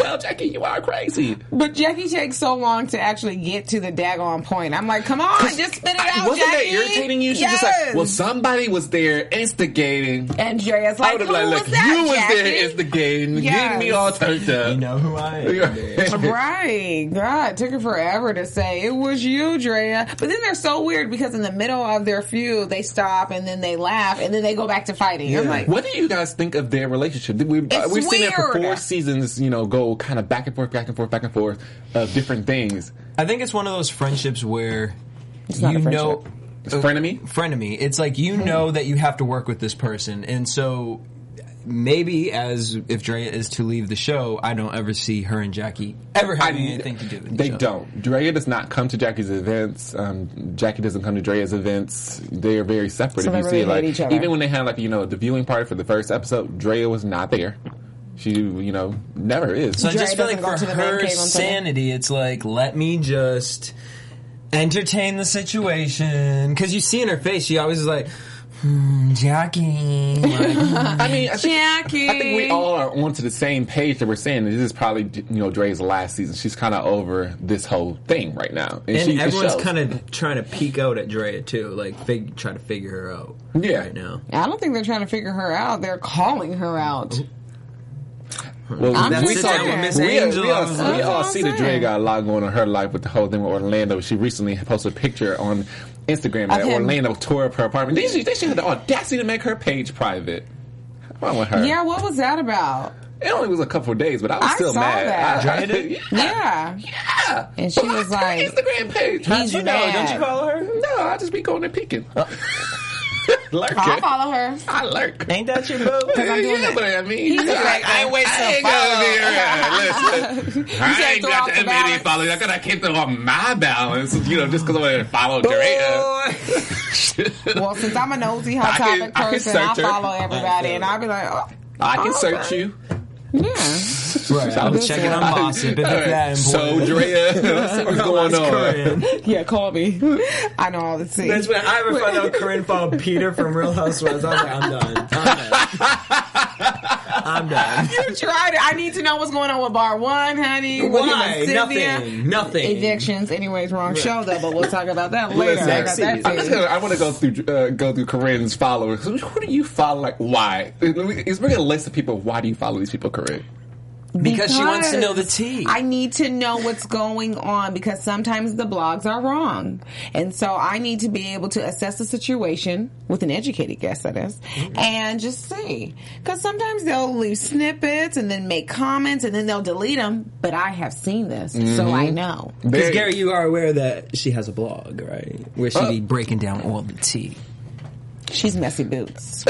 Speaker 5: "Well, Jackie, you are crazy."
Speaker 4: But Jackie takes so long to actually get to the daggone point. I'm like, come on, just spit it out,
Speaker 5: Wasn't
Speaker 4: Jackie.
Speaker 5: that irritating you? She's
Speaker 4: yes.
Speaker 5: just like, well, somebody was there instigating.
Speaker 4: and Drea's
Speaker 5: I
Speaker 4: like,
Speaker 5: would have
Speaker 4: who
Speaker 5: been like,
Speaker 4: was
Speaker 5: look,
Speaker 4: that,
Speaker 5: you was
Speaker 4: Jackie?
Speaker 5: there instigating, getting
Speaker 4: Yes.
Speaker 5: me all turned up.
Speaker 6: You know who I am.
Speaker 4: Right, God, it took her forever to say it was you, Drea. But then they're so weird because in the middle of their feud, they stop and then they laugh and then they go back to fighting. I'm like,
Speaker 5: What do you guys think of their relationship? Did We,
Speaker 4: It's
Speaker 5: we've seen it for
Speaker 4: weird.
Speaker 5: four seasons, you know, go kind of back and forth, back and forth, back and forth of different things.
Speaker 6: I think it's one of those friendships where
Speaker 4: not
Speaker 6: you
Speaker 4: a friendship.
Speaker 6: know
Speaker 5: It's frenemy.
Speaker 6: frenemy. It's like you know that you have to work with this person, and so maybe as if Drea is to leave the show, I don't ever see her and Jackie ever having anything to do. With each
Speaker 5: They
Speaker 6: other.
Speaker 5: don't. Drea does not come to Jackie's events. Um, Jackie doesn't come to Drea's events. They are very separate.
Speaker 4: So
Speaker 5: if
Speaker 4: they
Speaker 5: you
Speaker 4: really
Speaker 5: see,
Speaker 4: hate
Speaker 5: like
Speaker 4: each other.
Speaker 5: even when they had like you know the viewing party for the first episode, Drea was not there. She you know never is.
Speaker 6: So I
Speaker 4: Drea
Speaker 6: just feel
Speaker 4: doesn't
Speaker 6: like
Speaker 4: go
Speaker 6: for
Speaker 4: to the man
Speaker 6: her
Speaker 4: cave on Sunday.
Speaker 6: sanity, it's like let me just entertain the situation because you see in her face, she always is like. Hmm, Jackie, like,
Speaker 5: I mean, I think,
Speaker 4: Jackie.
Speaker 5: I think we all are onto the same page that we're saying that this is probably you know Dre's last season. She's kind of over this whole thing right now,
Speaker 6: And
Speaker 5: she- it
Speaker 6: everyone's
Speaker 5: shows.
Speaker 6: kind of trying to peek out at Drea too, like fig- try to figure her out.
Speaker 5: Yeah.
Speaker 6: right now.
Speaker 4: I don't think they're trying to figure her out. They're calling her out.
Speaker 5: Well,
Speaker 4: I'm
Speaker 5: we
Speaker 4: just
Speaker 5: saw
Speaker 4: saying.
Speaker 5: we,
Speaker 4: Miss
Speaker 5: we,
Speaker 6: Angel,
Speaker 5: we all,
Speaker 6: I was
Speaker 5: we
Speaker 6: like-
Speaker 5: all
Speaker 4: That's what
Speaker 5: see
Speaker 4: I'm
Speaker 5: that Dre
Speaker 4: saying.
Speaker 5: got a lot going on in her life with the whole thing with Orlando. She recently posted a picture on Instagram that
Speaker 4: Of him.
Speaker 5: Orlando tore up her apartment. They should, they should have the audacity to make her page private. What's wrong with her?
Speaker 4: Yeah, what was that about?
Speaker 5: It only was a couple of days, but I was
Speaker 4: I
Speaker 5: still
Speaker 4: saw
Speaker 5: mad.
Speaker 4: that.
Speaker 5: I, I,
Speaker 6: Dre did?
Speaker 5: yeah.
Speaker 4: Yeah.
Speaker 5: Yeah.
Speaker 4: And she was
Speaker 5: Blocked her
Speaker 4: like,
Speaker 5: Instagram page.
Speaker 4: he's
Speaker 5: You know,
Speaker 4: mad.
Speaker 5: don't you
Speaker 6: follow her?
Speaker 5: No, I just be going and peeking. lurking.
Speaker 4: I'll follow her.
Speaker 5: I lurk.
Speaker 6: Ain't that your boo?
Speaker 4: I'm doing
Speaker 5: yeah,
Speaker 4: it.
Speaker 5: but I mean,
Speaker 4: He's like, I ain't wait till
Speaker 5: I ain't gonna be around. Listen, I
Speaker 4: said
Speaker 5: ain't
Speaker 4: throw
Speaker 5: got
Speaker 4: off
Speaker 5: the
Speaker 4: the
Speaker 5: immediate
Speaker 4: balance.
Speaker 5: follow. I gotta keep them on my balance, you know, just because I'm gonna follow Drea.
Speaker 4: Well, since I'm a nosy hot
Speaker 5: I can-
Speaker 4: topic
Speaker 5: I can
Speaker 4: person, I
Speaker 5: search her.
Speaker 4: follow everybody, and I'll be like, oh,
Speaker 5: I can search you.
Speaker 4: yeah.
Speaker 6: Right, I'm
Speaker 4: Listen.
Speaker 6: checking on gossip if it's that important.
Speaker 5: So Drea, what's going
Speaker 6: That's
Speaker 5: on?
Speaker 6: Corinne.
Speaker 4: Yeah, call me. I know all the tea.
Speaker 6: That's when I ever found out Corinne followed Peter from Real Housewives. I was like, I'm done. I'm done. I'm done.
Speaker 4: You tried it. I need to know what's going on with bar one, honey.
Speaker 6: Why?
Speaker 4: One, Cynthia.
Speaker 6: Nothing. Nothing.
Speaker 4: Evictions. Anyways, wrong show though, but we'll talk about that later.
Speaker 6: Listen,
Speaker 4: I got that
Speaker 5: I'm just
Speaker 4: for you.
Speaker 5: gonna, I want to go through uh, go through Corinne's followers. Who, who do you follow? Like why? Is bring a list of people. Why do you follow these people, Corinne?
Speaker 6: Because she wants to know the
Speaker 4: Because
Speaker 6: tea.
Speaker 4: I need to know what's going on because sometimes the blogs are wrong. And so I need to be able to assess the situation with an educated guess, that is, and just see. Because sometimes they'll leave snippets and then make comments and then they'll delete them. But I have seen this, so I know.
Speaker 5: They-
Speaker 6: Because Gary, you are aware that she has a blog, right? Where she be breaking down all the tea.
Speaker 4: She's messy boots.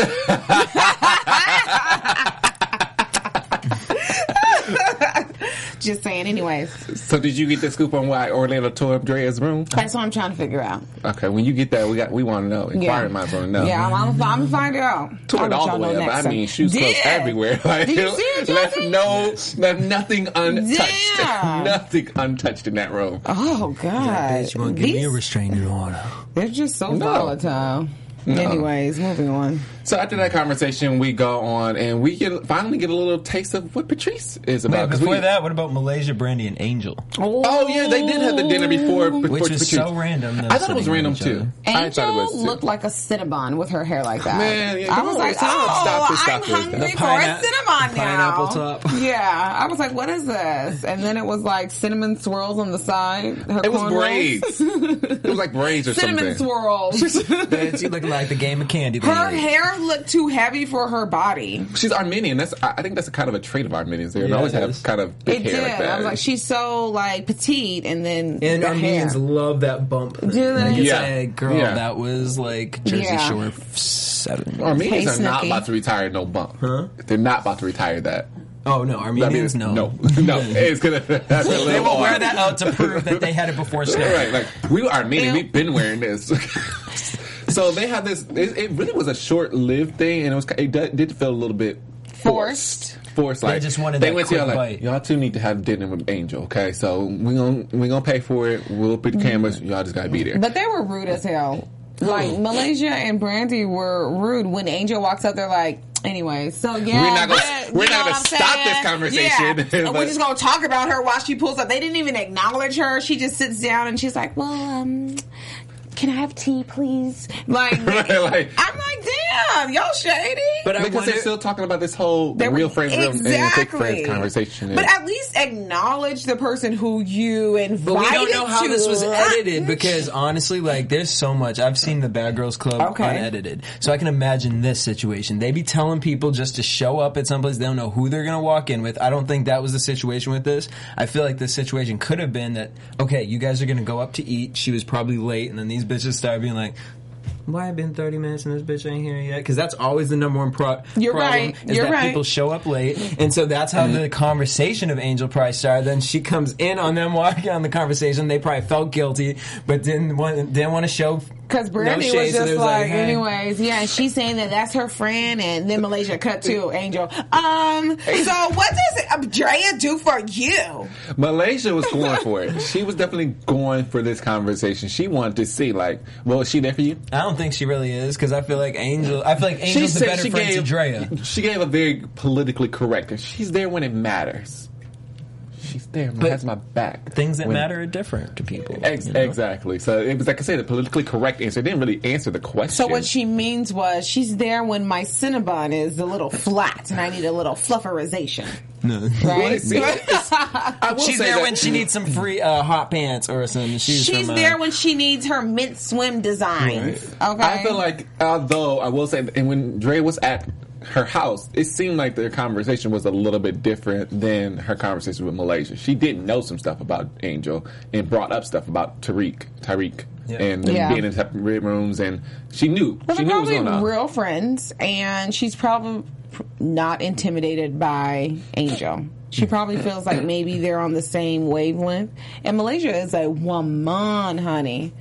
Speaker 4: Just saying, anyways.
Speaker 5: So did you get the scoop on why Orlando tore up Drea's room?
Speaker 4: That's what I'm trying to figure out.
Speaker 5: Okay, when you get that, we got we want to know. Inquiring minds want to know.
Speaker 4: Yeah, I'm, I'm, I'm gonna find it out.
Speaker 5: Tore
Speaker 4: I'll
Speaker 5: it
Speaker 4: let
Speaker 5: all
Speaker 4: y'all
Speaker 5: the way
Speaker 4: know
Speaker 5: up.
Speaker 4: next
Speaker 5: I
Speaker 4: time.
Speaker 5: mean, shoes closed
Speaker 4: Did-
Speaker 5: everywhere. Like,
Speaker 4: Did you see it,
Speaker 5: left
Speaker 4: Jesse?
Speaker 5: no, left nothing untouched.
Speaker 4: Yeah.
Speaker 5: nothing untouched in that room.
Speaker 4: Oh God,
Speaker 6: Bitch, won't give me a restraining order.
Speaker 4: they're just so
Speaker 5: No.
Speaker 4: volatile. Anyways, moving on.
Speaker 5: So after that conversation, we go on and we can finally get a little taste of what Patrice is about. 'Cause we,
Speaker 6: what about Malaysia, Brandy, and Angel?
Speaker 5: Oh yeah, they did have the dinner before, before
Speaker 6: Which was
Speaker 5: Patrice.
Speaker 6: so random, them
Speaker 5: I thought it was
Speaker 6: sitting
Speaker 5: random
Speaker 6: with each
Speaker 5: too.
Speaker 6: other.
Speaker 5: I thought it was
Speaker 4: Angel
Speaker 5: too.
Speaker 4: looked like a Cinnabon with her hair like that.
Speaker 5: Man, yeah,
Speaker 4: I
Speaker 5: come
Speaker 4: was
Speaker 5: on,
Speaker 4: like,
Speaker 5: stop,
Speaker 4: oh,
Speaker 5: stop this, stop
Speaker 4: I'm
Speaker 5: this,
Speaker 4: hungry
Speaker 5: stop.
Speaker 4: for
Speaker 6: Pine-
Speaker 4: a Cinnabon now.
Speaker 6: pineapple top.
Speaker 4: Yeah, I was like, what is this? And then it was like cinnamon swirls on the side. Her
Speaker 5: It was
Speaker 4: cornrows.
Speaker 5: braids. it was like braids or
Speaker 4: Cinnamon
Speaker 5: something.
Speaker 4: swirls.
Speaker 6: Bitch, you look like the game of candy.
Speaker 4: Her hair looked too heavy for her body.
Speaker 5: She's Armenian. That's I I think that's a kind of a trait of Armenians. They
Speaker 6: Yeah,
Speaker 5: always
Speaker 6: it
Speaker 5: have
Speaker 6: is.
Speaker 5: kind of big
Speaker 4: It
Speaker 5: hair
Speaker 4: did.
Speaker 5: like that.
Speaker 4: I was like, she's so like petite, and then
Speaker 6: And
Speaker 4: the
Speaker 6: Armenians
Speaker 4: hair.
Speaker 6: love that bump. Do
Speaker 4: they?
Speaker 5: Yeah.
Speaker 6: girl,
Speaker 5: Yeah.
Speaker 6: that was like Jersey
Speaker 4: Yeah.
Speaker 6: Shore f- seven.
Speaker 5: Armenians
Speaker 4: Hey,
Speaker 5: are not
Speaker 4: Snooki.
Speaker 5: about to retire no bump. They're not about to retire that.
Speaker 6: oh no,
Speaker 5: I mean,
Speaker 6: Armenians no,
Speaker 5: no, no. It's gonna. That's a
Speaker 6: They
Speaker 5: little
Speaker 6: will wear
Speaker 5: odd.
Speaker 6: that out to prove that they had it before Snap.
Speaker 5: Right, like we are meaning
Speaker 4: Ew.
Speaker 5: we've been wearing this. so they had this. It, it really was a short-lived thing, and it was it d- did feel a little bit
Speaker 4: Forced.
Speaker 5: Forced, like
Speaker 6: just wanted that
Speaker 5: went to y'all
Speaker 6: quick
Speaker 5: like
Speaker 6: bite.
Speaker 5: y'all two need to have dinner with Angel, okay? So we gonna we gonna pay for it. We'll put the cameras.
Speaker 4: Mm.
Speaker 5: Y'all just gotta be there.
Speaker 4: But they were rude as hell. Like Malaysia and Brandy were rude. When Angel walks up, they're like, "Anyway, so yeah,
Speaker 5: We're not gonna-
Speaker 4: but,
Speaker 5: we're
Speaker 4: you
Speaker 5: not
Speaker 4: know
Speaker 5: gonna
Speaker 4: what I'm
Speaker 5: stop
Speaker 4: saying?
Speaker 5: this conversation,
Speaker 4: Yeah. And we're
Speaker 5: but-
Speaker 4: just gonna talk about her while she pulls up. They didn't even acknowledge her. She just sits down and she's like, "Well, um, can I have tea, please?" Like,
Speaker 5: Right, like-
Speaker 4: I'm like, "Damn, y'all shady."
Speaker 6: But I
Speaker 5: because
Speaker 6: wonder,
Speaker 5: they're still talking about this whole
Speaker 4: They were-
Speaker 5: real friends, real and fake friends conversation.
Speaker 4: But at least acknowledge the person who you invited.
Speaker 6: But we don't know how
Speaker 4: to
Speaker 6: this was
Speaker 4: lunch.
Speaker 6: edited because honestly, like, there's so much. I've seen the Bad Girls Club
Speaker 4: Okay.
Speaker 6: unedited, so I can imagine this situation. They be telling people just to show up at someplace. They don't know who they're gonna walk in with. I don't think that was the situation with this. I feel like the situation could have been that okay, you guys are gonna go up to eat. She was probably late, and then these bitches start being like. Why I've been 30 minutes and this bitch ain't here yet? Because that's always the number one pro-
Speaker 4: You're
Speaker 6: problem.
Speaker 4: right.
Speaker 6: Is
Speaker 4: You're
Speaker 6: that
Speaker 4: right.
Speaker 6: people show up late, and so that's how the conversation of Angel Price started. Then she comes in on them walking on the conversation. They probably felt guilty, but didn't want didn't want to show
Speaker 4: Because Brandy
Speaker 6: no shade,
Speaker 4: was
Speaker 6: so
Speaker 4: just
Speaker 6: they
Speaker 4: like,
Speaker 6: hey.
Speaker 4: anyways, yeah, and she's saying that that's her friend, and then Malaysia cut to Angel. Um, so what does uh, Drea do for you?
Speaker 5: Malaysia was going for it. She was definitely going for this conversation. She wanted to see, like, well, is she there for you?
Speaker 6: I don't think she really is because I feel like Angel. I feel like Angel's the better friend to Drea.
Speaker 5: She gave a very politically correct. and She's there when it matters. She's there. But has my back.
Speaker 6: Things that
Speaker 5: When-
Speaker 6: matter are different to people.
Speaker 5: Ex-
Speaker 6: you know?
Speaker 5: Exactly. So it was like I said, a politically correct answer. It didn't really answer the question.
Speaker 4: So what she means was she's there when my Cinnabon is a little flat, and I need a little flufferization,
Speaker 6: No.
Speaker 4: right?
Speaker 5: I will
Speaker 6: She's
Speaker 5: say
Speaker 6: there
Speaker 5: that-
Speaker 6: when she needs some free uh, hot pants or some shoes.
Speaker 4: She's
Speaker 6: from, uh,
Speaker 4: there when she needs her mint swim designs. Okay,
Speaker 5: I feel like, although I will say, that- and when Dre was at her house, it seemed like their conversation was a little bit different than her conversation with Malaysia. She didn't know some stuff about Angel and brought up stuff about Tariq, Tariq,
Speaker 6: Yeah.
Speaker 5: and them
Speaker 4: Yeah.
Speaker 5: being in separate rooms, and she knew.
Speaker 4: Well,
Speaker 5: she
Speaker 4: they're
Speaker 5: knew what was
Speaker 4: probably
Speaker 5: going on.
Speaker 4: real friends, and she's probably not intimidated by Angel. She probably feels like maybe they're on the same wavelength. And Malaysia is a woman, honey.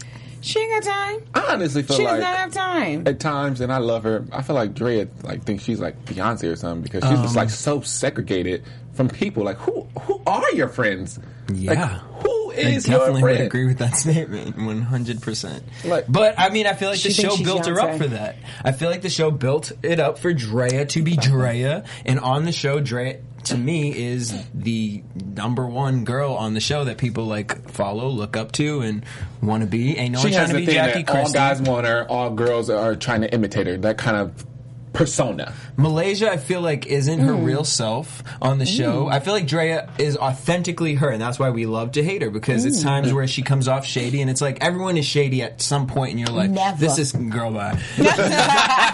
Speaker 4: She ain't got time.
Speaker 5: I honestly feel
Speaker 4: She does
Speaker 5: like
Speaker 4: not have time.
Speaker 5: at times, and I love her. I feel like Drea like thinks she's like Beyonce or something because she's
Speaker 6: Um.
Speaker 5: just like so segregated from people. Like who who are your friends?
Speaker 6: Yeah.
Speaker 5: Like, who
Speaker 6: I
Speaker 5: is your
Speaker 6: definitely would
Speaker 5: friend.
Speaker 6: agree with that statement, one hundred percent.
Speaker 5: Like-
Speaker 6: But I mean, I feel like the
Speaker 7: She thinks
Speaker 6: show
Speaker 7: she's
Speaker 6: built her
Speaker 7: Beyonce.
Speaker 6: up for that. I feel like the show built it up for Drea to be Drea, and on the show, Drea to me is the number one girl on the show that people like follow, look up to, and want to be. Ain't no
Speaker 5: She
Speaker 6: one trying
Speaker 5: has
Speaker 6: to
Speaker 5: the
Speaker 6: be
Speaker 5: thing
Speaker 6: Jackie
Speaker 5: that all
Speaker 6: Christie.
Speaker 5: guys want her, all girls are trying to imitate her. That kind of persona.
Speaker 6: Malaysia, I feel like, isn't her
Speaker 7: Hmm.
Speaker 6: real self on the show. I feel like Drea is authentically her, and that's why we love to hate her because
Speaker 7: Hmm.
Speaker 6: it's times where she comes off shady, and it's like everyone is shady at some point in your life.
Speaker 7: Never.
Speaker 6: This is girl bye.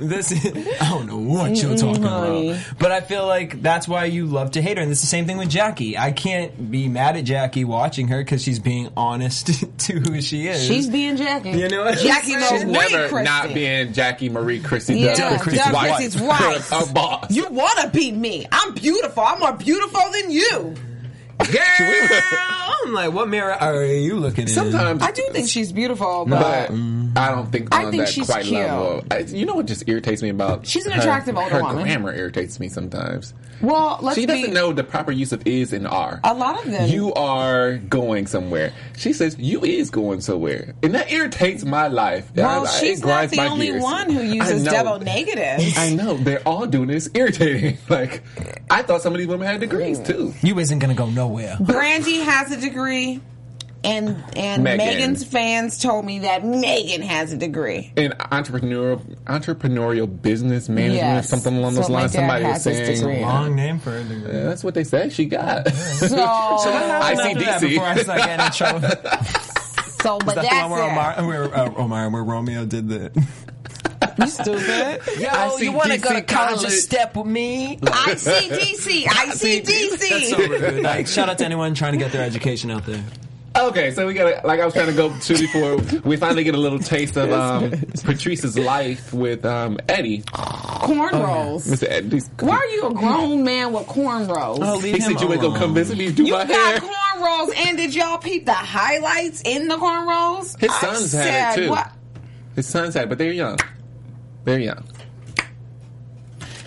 Speaker 6: this is, I don't know what you're talking
Speaker 7: honey.
Speaker 6: about, but I feel like that's why you love to hate her, and it's the same thing with Jackie. I can't be mad at Jackie watching her because she's being honest to who she is.
Speaker 7: She's being Jackie.
Speaker 6: you know, what I'm
Speaker 4: Jackie
Speaker 6: saying?
Speaker 4: knows
Speaker 5: She's
Speaker 4: Marie
Speaker 5: never
Speaker 4: Christie.
Speaker 5: not being Jackie Marie Christie.
Speaker 4: Yeah,
Speaker 5: Doug
Speaker 4: Doug
Speaker 5: Christie's
Speaker 4: Christie's wife.
Speaker 5: Our boss.
Speaker 4: You want to beat me. I'm beautiful. I'm more beautiful than you.
Speaker 6: Girl, I'm like, what mirror are you looking in?
Speaker 5: Sometimes
Speaker 4: I do think she's beautiful, but.
Speaker 5: But I don't think
Speaker 4: I
Speaker 5: on
Speaker 4: think
Speaker 5: that
Speaker 4: she's
Speaker 5: quite
Speaker 4: cute.
Speaker 5: level. I, you know what just irritates me about
Speaker 4: She's an
Speaker 5: her-
Speaker 4: attractive older
Speaker 5: her
Speaker 4: woman.
Speaker 5: grammar irritates me sometimes.
Speaker 4: Well, let's
Speaker 5: she doesn't
Speaker 4: be,
Speaker 5: know the proper use of is and are.
Speaker 4: A lot of them.
Speaker 5: You are going somewhere. She says you is going somewhere, and that irritates my life.
Speaker 4: Well,
Speaker 5: I- I- it
Speaker 4: she's not
Speaker 5: grinds
Speaker 4: the
Speaker 5: my
Speaker 4: only
Speaker 5: gears.
Speaker 4: one who
Speaker 5: I
Speaker 4: uses
Speaker 5: know.
Speaker 4: double negatives.
Speaker 5: I know they're all doing this. Irritating. Like I thought some of these women had degrees
Speaker 4: Mm.
Speaker 5: too.
Speaker 6: You isn't gonna go nowhere.
Speaker 4: Brandy has a degree, and and
Speaker 5: Megan.
Speaker 4: Megan's fans told me that Megan has a degree.
Speaker 5: an entrepreneurial entrepreneurial business management
Speaker 4: Yes.
Speaker 5: something along those
Speaker 4: Something like
Speaker 5: lines.
Speaker 4: that
Speaker 5: Somebody was
Speaker 4: has this degree.
Speaker 5: saying
Speaker 6: Long name for a degree.
Speaker 5: Yeah, that's what they said she got.
Speaker 4: So,
Speaker 5: Uh, I
Speaker 6: After
Speaker 5: see DC.
Speaker 6: that, Before I start getting in trouble, Is that
Speaker 4: so but
Speaker 6: the one where
Speaker 4: that's
Speaker 6: Omar, where, uh, Omar, where Romeo did the.
Speaker 4: it. You stupid.
Speaker 5: I see DC college.
Speaker 6: Step with me?
Speaker 4: I see DC. I see
Speaker 6: That's over,
Speaker 4: DC.
Speaker 6: dude. Like, shout out to anyone trying to get their education out there.
Speaker 5: Okay, so we got to like I was trying to go to before we finally get a little taste of um, Patrice's life with um, Eddie.
Speaker 7: Corn rolls.
Speaker 5: Mr. Eddie.
Speaker 7: Why are you a grown man with corn rolls?
Speaker 6: Oh, leave
Speaker 5: He
Speaker 6: him
Speaker 5: said you ain't gonna
Speaker 6: alone.
Speaker 5: come visit me. Do
Speaker 4: You
Speaker 5: my
Speaker 4: got
Speaker 5: hair.
Speaker 4: corn rolls, and did y'all peep the highlights in the corn rolls?
Speaker 5: His
Speaker 4: I
Speaker 5: sons had
Speaker 4: said,
Speaker 5: it, too. His son's had, but they're young. They're young.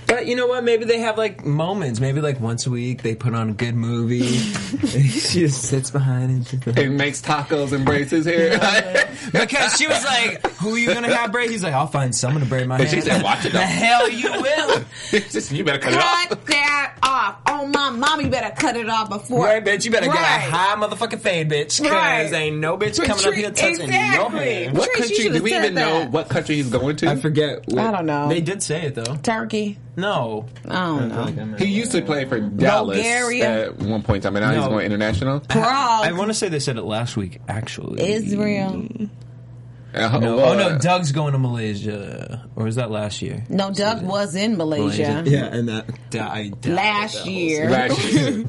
Speaker 6: But you know what? Maybe they have like moments. Maybe like once a week they put on a good movie. she just sits behind and
Speaker 5: And makes tacos and braids his hair.
Speaker 6: Because she was like, "Who you gonna have braid?" He's like, "I'll find someone to braid my hair."
Speaker 5: she said, "Watch it,
Speaker 6: The
Speaker 5: though."
Speaker 6: hell you will.
Speaker 5: Just, you better cut it off.
Speaker 4: Cut that off. Oh, my mommy better cut it off before.
Speaker 6: Right, bitch. You better get
Speaker 4: Right.
Speaker 6: a high motherfucking fade, bitch. Because
Speaker 4: Right.
Speaker 6: ain't no bitch coming up here touching your
Speaker 4: Exactly.
Speaker 6: hair.
Speaker 5: What
Speaker 4: Patrice, you
Speaker 5: country
Speaker 4: should've
Speaker 5: do we
Speaker 4: said
Speaker 5: even know?
Speaker 4: that.
Speaker 5: What country he's going to?
Speaker 6: I forget.
Speaker 7: I don't know. Oh.
Speaker 6: They did say it though.
Speaker 7: Turkey.
Speaker 6: No.
Speaker 7: I don't know.
Speaker 5: He used to play for Dallas
Speaker 4: Bulgaria.
Speaker 5: at one point in time, and now he's
Speaker 6: No.
Speaker 5: going international.
Speaker 4: Bro.
Speaker 6: I want to say they said it last week, actually.
Speaker 7: Israel.
Speaker 5: Uh,
Speaker 6: No.
Speaker 5: well,
Speaker 6: Oh no,
Speaker 5: uh,
Speaker 6: Doug's going to Malaysia, or was that last year?
Speaker 7: No, Doug was in Malaysia.
Speaker 6: Yeah, and that, that I doubt that
Speaker 7: Last
Speaker 6: whole-
Speaker 7: year.
Speaker 5: last year.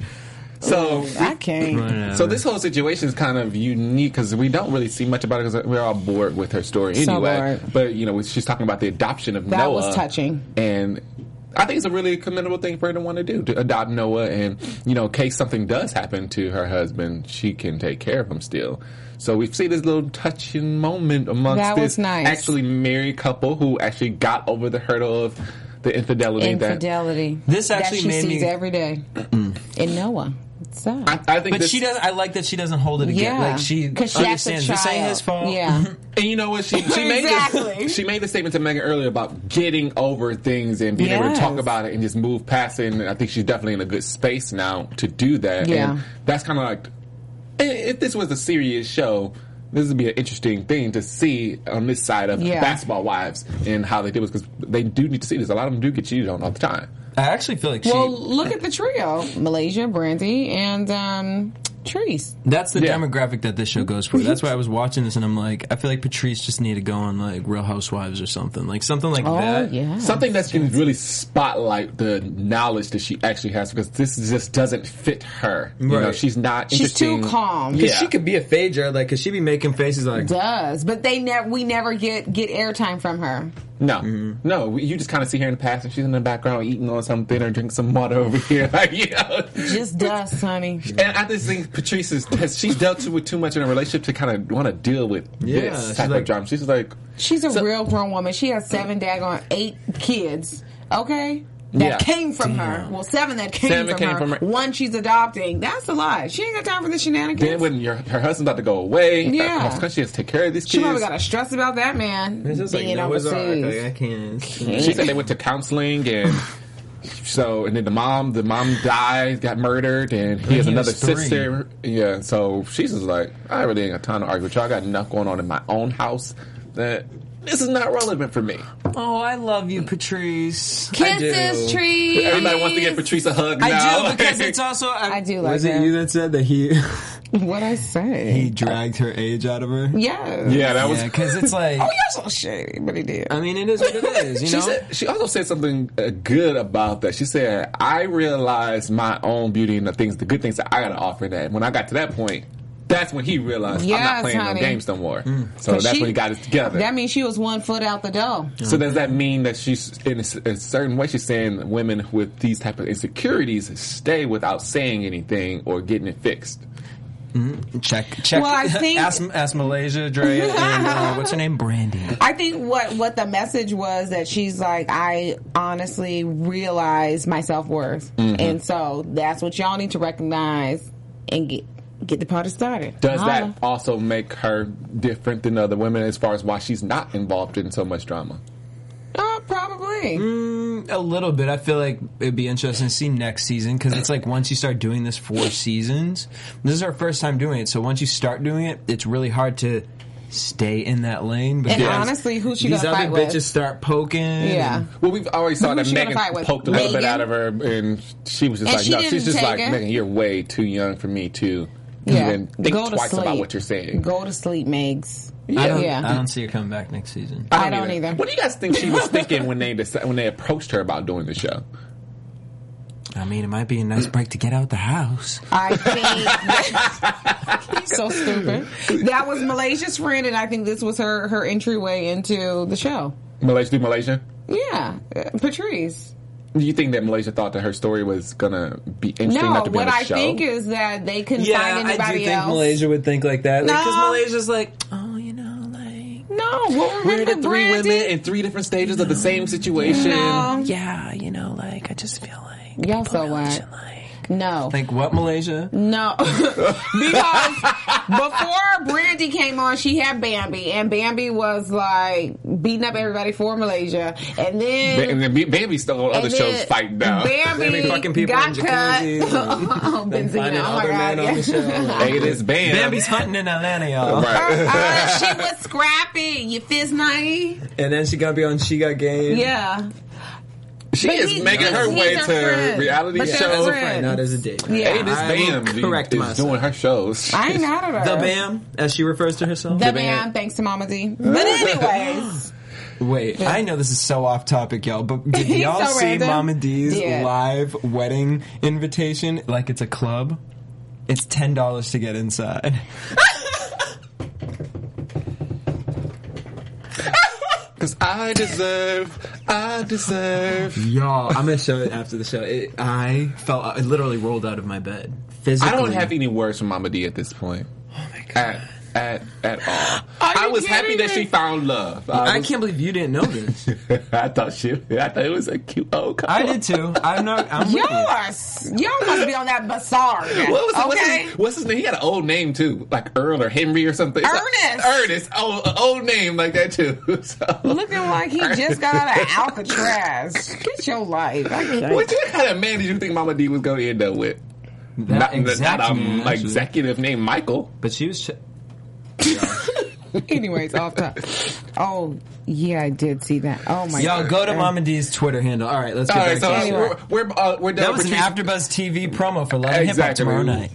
Speaker 5: So,
Speaker 7: I can't.
Speaker 6: Whatever.
Speaker 5: so this whole situation is kind of unique because we don't really see much about it because we're all bored with her story
Speaker 7: So
Speaker 5: anyway.
Speaker 7: bored.
Speaker 5: but you know, she's talking about the adoption of
Speaker 7: That
Speaker 5: Noah.
Speaker 7: was touching.
Speaker 5: and. I think it's a really commendable thing for her to want to do to adopt Noah, and you know, in case something does happen to her husband, she can take care of him still. So we see this little touching moment amongst
Speaker 7: That was
Speaker 5: this
Speaker 7: nice.
Speaker 5: actually married couple who actually got over the hurdle of the infidelity. That
Speaker 7: Infidelity.
Speaker 6: This
Speaker 7: that
Speaker 6: actually
Speaker 7: she
Speaker 6: made
Speaker 7: sees
Speaker 6: me-
Speaker 7: every day. in Noah. It's sad.
Speaker 5: I, I think,
Speaker 6: But
Speaker 5: this,
Speaker 6: she does. I like that she doesn't hold it again.
Speaker 7: yeah.
Speaker 6: Like she
Speaker 7: 'Cause she has a
Speaker 6: understands this ain't
Speaker 7: child.
Speaker 6: his fault.
Speaker 7: Yeah.
Speaker 5: And you know what? She she made
Speaker 7: Exactly.
Speaker 5: this, she made the statement to Megan earlier about getting over things and being able to
Speaker 7: Yes.
Speaker 5: talk about it and just move past it. And I think she's definitely in a good space now to do that.
Speaker 7: Yeah.
Speaker 5: And that's kind of like i- if this was a serious show. This would be an interesting thing to see on this side of
Speaker 7: Yeah.
Speaker 5: basketball wives and how they do this because they do need to see this. A lot of them do get cheated on all the time.
Speaker 6: I actually feel like she.
Speaker 7: Well, look at the trio: Malaysia, Brandy, and um, Trees.
Speaker 6: That's the
Speaker 5: Yeah.
Speaker 6: demographic that this show goes for. That's why I was watching this and I'm like, I feel like Patrice just need to go on like Real Housewives or something, like something like
Speaker 7: Oh
Speaker 6: that.
Speaker 7: yeah.
Speaker 5: Something that can really spotlight the knowledge that she actually has because this just doesn't fit her. You know,
Speaker 6: Right.
Speaker 5: she's not.
Speaker 7: She's too
Speaker 5: interesting-
Speaker 7: calm.
Speaker 5: Yeah.
Speaker 6: She could be a phager, like, cause she be making faces like,
Speaker 7: does, but they never we never get get airtime from her.
Speaker 5: No,
Speaker 4: Mm-hmm.
Speaker 5: no. we- You just kind of see her in the past, and she's in the background eating on something or drinking some water over here, like you know.
Speaker 7: Just dust, honey.
Speaker 5: And I just think Patrice is has, she's dealt to, with too much in a relationship to kind of want to deal with
Speaker 6: Yeah,
Speaker 5: this
Speaker 6: she's
Speaker 5: type of
Speaker 6: like-
Speaker 5: drama. She's like,
Speaker 7: She's a real grown woman. She has seven daggone eight kids. Okay,
Speaker 4: that
Speaker 5: Yeah.
Speaker 4: came from her. Well, seven that came,
Speaker 5: Seven
Speaker 4: from,
Speaker 5: came
Speaker 4: her.
Speaker 5: from her.
Speaker 4: One she's adopting. That's a lie. She ain't got time for this shenanigans.
Speaker 5: Then when your her husband's about to go away,
Speaker 4: Yeah.
Speaker 5: uh, because she has to take care of these
Speaker 4: she
Speaker 5: kids.
Speaker 4: probably got to stress about that man
Speaker 6: It's just like
Speaker 4: being
Speaker 6: Noah's Ark.
Speaker 4: overseas.
Speaker 6: Like, I can't.
Speaker 5: she said they went to counseling and. So and then the mom, the mom died, got murdered, and he has
Speaker 6: he
Speaker 5: another
Speaker 6: was three.
Speaker 5: sister. Yeah, so she's just like, I really ain't got time to argue with y'all. I got enough going on in my own house that this is not relevant for me.
Speaker 6: Oh, I love you, Patrice.
Speaker 4: Kisses, trees.
Speaker 5: Everybody wants to give Patrice a hug
Speaker 6: I
Speaker 5: now.
Speaker 6: do because it's also. I,
Speaker 4: I do like
Speaker 6: Was it you that said that he
Speaker 4: What I say?
Speaker 6: he dragged her age out of her?
Speaker 4: Yeah.
Speaker 5: yeah, that was.
Speaker 6: Yeah, because it's like.
Speaker 4: Oh, you're so shady, but he did.
Speaker 6: I mean, it is what it is. You
Speaker 5: She
Speaker 6: know.
Speaker 5: said she also said something uh, good about that. She said, "I realized my own beauty and the things, the good things that I got to offer." That when I got to that point, that's when he realized I'm not
Speaker 4: Yes,
Speaker 5: playing
Speaker 4: honey.
Speaker 5: no games no more. So that's
Speaker 4: she-
Speaker 5: when he got it together.
Speaker 4: That means she was one foot out the door.
Speaker 5: so does that mean that she's in a, s- a certain way? She's saying that women with these type of insecurities stay without saying anything or getting it fixed.
Speaker 6: check. Check.
Speaker 4: Well, I think-
Speaker 6: ask, ask Malaysia, Dre, and uh, what's her name, Brandy.
Speaker 4: I think what what the message was that she's like, I honestly realize my self worth,
Speaker 5: Mm-hmm.
Speaker 4: and so that's what y'all need to recognize and get get the party started.
Speaker 5: Does
Speaker 4: Holla.
Speaker 5: that also make her different than other women as far as why she's not involved in so much drama?
Speaker 4: Uh, probably.
Speaker 5: Mm.
Speaker 6: A little bit. I feel like it'd be interesting to see next season because it's like once you start doing this four seasons, this is our first time doing it. So once you start doing it, it's really hard to stay in that lane. Because
Speaker 4: honestly, who's she
Speaker 6: these
Speaker 4: gonna
Speaker 6: other
Speaker 4: fight with?
Speaker 6: bitches start poking.
Speaker 4: Yeah.
Speaker 6: and-
Speaker 5: Well, we've already saw that
Speaker 4: she gonna
Speaker 5: Megan
Speaker 4: fight with?
Speaker 5: poked a little bit
Speaker 4: Megan?
Speaker 5: out of her, and she was just
Speaker 4: And
Speaker 5: like,
Speaker 4: she
Speaker 5: "No,
Speaker 4: didn't
Speaker 5: she's just
Speaker 4: take
Speaker 5: like
Speaker 4: it.
Speaker 5: Megan. You're way too young for me to
Speaker 4: Yeah.
Speaker 5: even think
Speaker 4: Go to
Speaker 5: twice about
Speaker 4: sleep.
Speaker 5: what you're saying."
Speaker 4: Go to sleep, Megs.
Speaker 6: I don't.
Speaker 4: Yeah.
Speaker 6: I don't see her coming back next season.
Speaker 4: I don't either.
Speaker 5: What do you guys think she was thinking when they deci- when they approached her about doing the show?
Speaker 6: I mean, it might be a nice break to get out the house.
Speaker 4: I think he's so stupid. That was Malaysia's friend, and I think this was her her entryway into the show.
Speaker 5: Malaysia, do Malaysia.
Speaker 4: Yeah, uh, Patrice.
Speaker 5: Do you think that Malaysia thought that her story was gonna be interesting
Speaker 4: No,
Speaker 5: enough to be
Speaker 4: what
Speaker 5: on the
Speaker 4: I
Speaker 5: show?
Speaker 4: think is that they couldn't find
Speaker 6: I do
Speaker 4: anybody
Speaker 6: think
Speaker 4: else.
Speaker 6: Malaysia would think like that. Because
Speaker 4: No.
Speaker 6: Malaysia's like, oh, you know, like,
Speaker 4: no, well,
Speaker 5: We're
Speaker 4: remember
Speaker 5: the three
Speaker 4: Brandy?
Speaker 5: women in three different stages of the same situation.
Speaker 4: No,
Speaker 6: yeah, you know, like, I just feel like.
Speaker 4: Y'all so
Speaker 6: people
Speaker 4: what?
Speaker 6: like-
Speaker 4: no,
Speaker 6: Like, what, Malaysia?
Speaker 4: no. because before Brandy came on, she had Bambi, and Bambi was like beating up everybody for Malaysia, and
Speaker 5: Ba-
Speaker 4: then
Speaker 5: And then B- Bambi stole other
Speaker 4: And
Speaker 5: shows
Speaker 4: then
Speaker 5: fighting down.
Speaker 4: Bambi
Speaker 6: Bambi fucking people
Speaker 4: got
Speaker 6: in
Speaker 4: cut.
Speaker 6: jacuzzis and-
Speaker 4: oh,
Speaker 6: and
Speaker 4: Benzino.
Speaker 6: finding
Speaker 4: Oh, my
Speaker 6: other
Speaker 4: God.
Speaker 6: men on the show.
Speaker 5: Hey, this Bambi.
Speaker 6: Bambi's hunting in Atlanta, y'all.
Speaker 5: Right.
Speaker 4: Uh, she was scrappy. You fizz nutty?
Speaker 6: And then she gonna be on She Got Game.
Speaker 4: Yeah.
Speaker 5: She
Speaker 4: But
Speaker 5: is
Speaker 4: he's-
Speaker 5: making her
Speaker 4: he's
Speaker 5: way
Speaker 4: her
Speaker 5: to
Speaker 4: friend.
Speaker 5: reality
Speaker 4: But they're
Speaker 5: show.
Speaker 4: friends.
Speaker 6: Right, not as a date.
Speaker 4: Yeah.
Speaker 5: Hey, this
Speaker 6: I will
Speaker 5: Bam is-
Speaker 6: correct
Speaker 5: is
Speaker 6: myself.
Speaker 5: doing her shows.
Speaker 4: I ain't out of her.
Speaker 6: The Bam, as she refers to herself.
Speaker 4: The man, thanks to Mama D. But anyways,
Speaker 6: Wait, I know this is so off topic, y'all, but did
Speaker 4: He's
Speaker 6: y'all
Speaker 4: so
Speaker 6: see
Speaker 4: random.
Speaker 6: Mama D's
Speaker 4: Yeah.
Speaker 6: live wedding invitation? Like it's a club. It's ten dollars to get inside.
Speaker 5: Cause I deserve, I deserve.
Speaker 6: Y'all, I'm gonna show it after the show. It, I fell, I literally rolled out of my bed. Physically,
Speaker 5: I don't have any words for Mama D at this point. Oh my god. At, at, at all.
Speaker 4: Are you
Speaker 5: I was happy
Speaker 4: kidding
Speaker 5: that
Speaker 4: me?
Speaker 5: she found love.
Speaker 6: I
Speaker 5: was-
Speaker 6: can't believe you didn't know this.
Speaker 5: I thought she. I thought it was a cute oh, old couple.
Speaker 6: I did too. I'm not. I'm with
Speaker 4: y'all
Speaker 6: you.
Speaker 4: are, s- y'all must be on that bazaar. now,
Speaker 5: What was what's,
Speaker 4: okay?
Speaker 5: his, what's his name? He had an old name too, like Earl or Henry or something. It's like-
Speaker 4: Ernest.
Speaker 5: Ernest. Oh, an old name like that too. So-
Speaker 4: Looking like he just got out of Alcatraz. Get your life. I can't.
Speaker 5: What kind of man did you think Mama D was going to end up with?
Speaker 6: That
Speaker 5: not,
Speaker 6: exact
Speaker 5: not a m-
Speaker 6: man, actually.
Speaker 5: executive named Michael.
Speaker 6: But she was. Ch-
Speaker 4: Anyways, off top. Oh, yeah, I did see that. Oh, my
Speaker 6: Y'all
Speaker 4: God.
Speaker 6: go to Mama D's Twitter handle. All right, let's get
Speaker 5: All
Speaker 6: back
Speaker 5: right, so
Speaker 6: to
Speaker 4: Anyway.
Speaker 6: it.
Speaker 5: we're we're, uh, we're done.
Speaker 6: That was
Speaker 5: with
Speaker 6: an
Speaker 5: you-
Speaker 6: AfterBuzz TV promo for Love and Hip Hop
Speaker 5: Exactly.
Speaker 6: tomorrow night.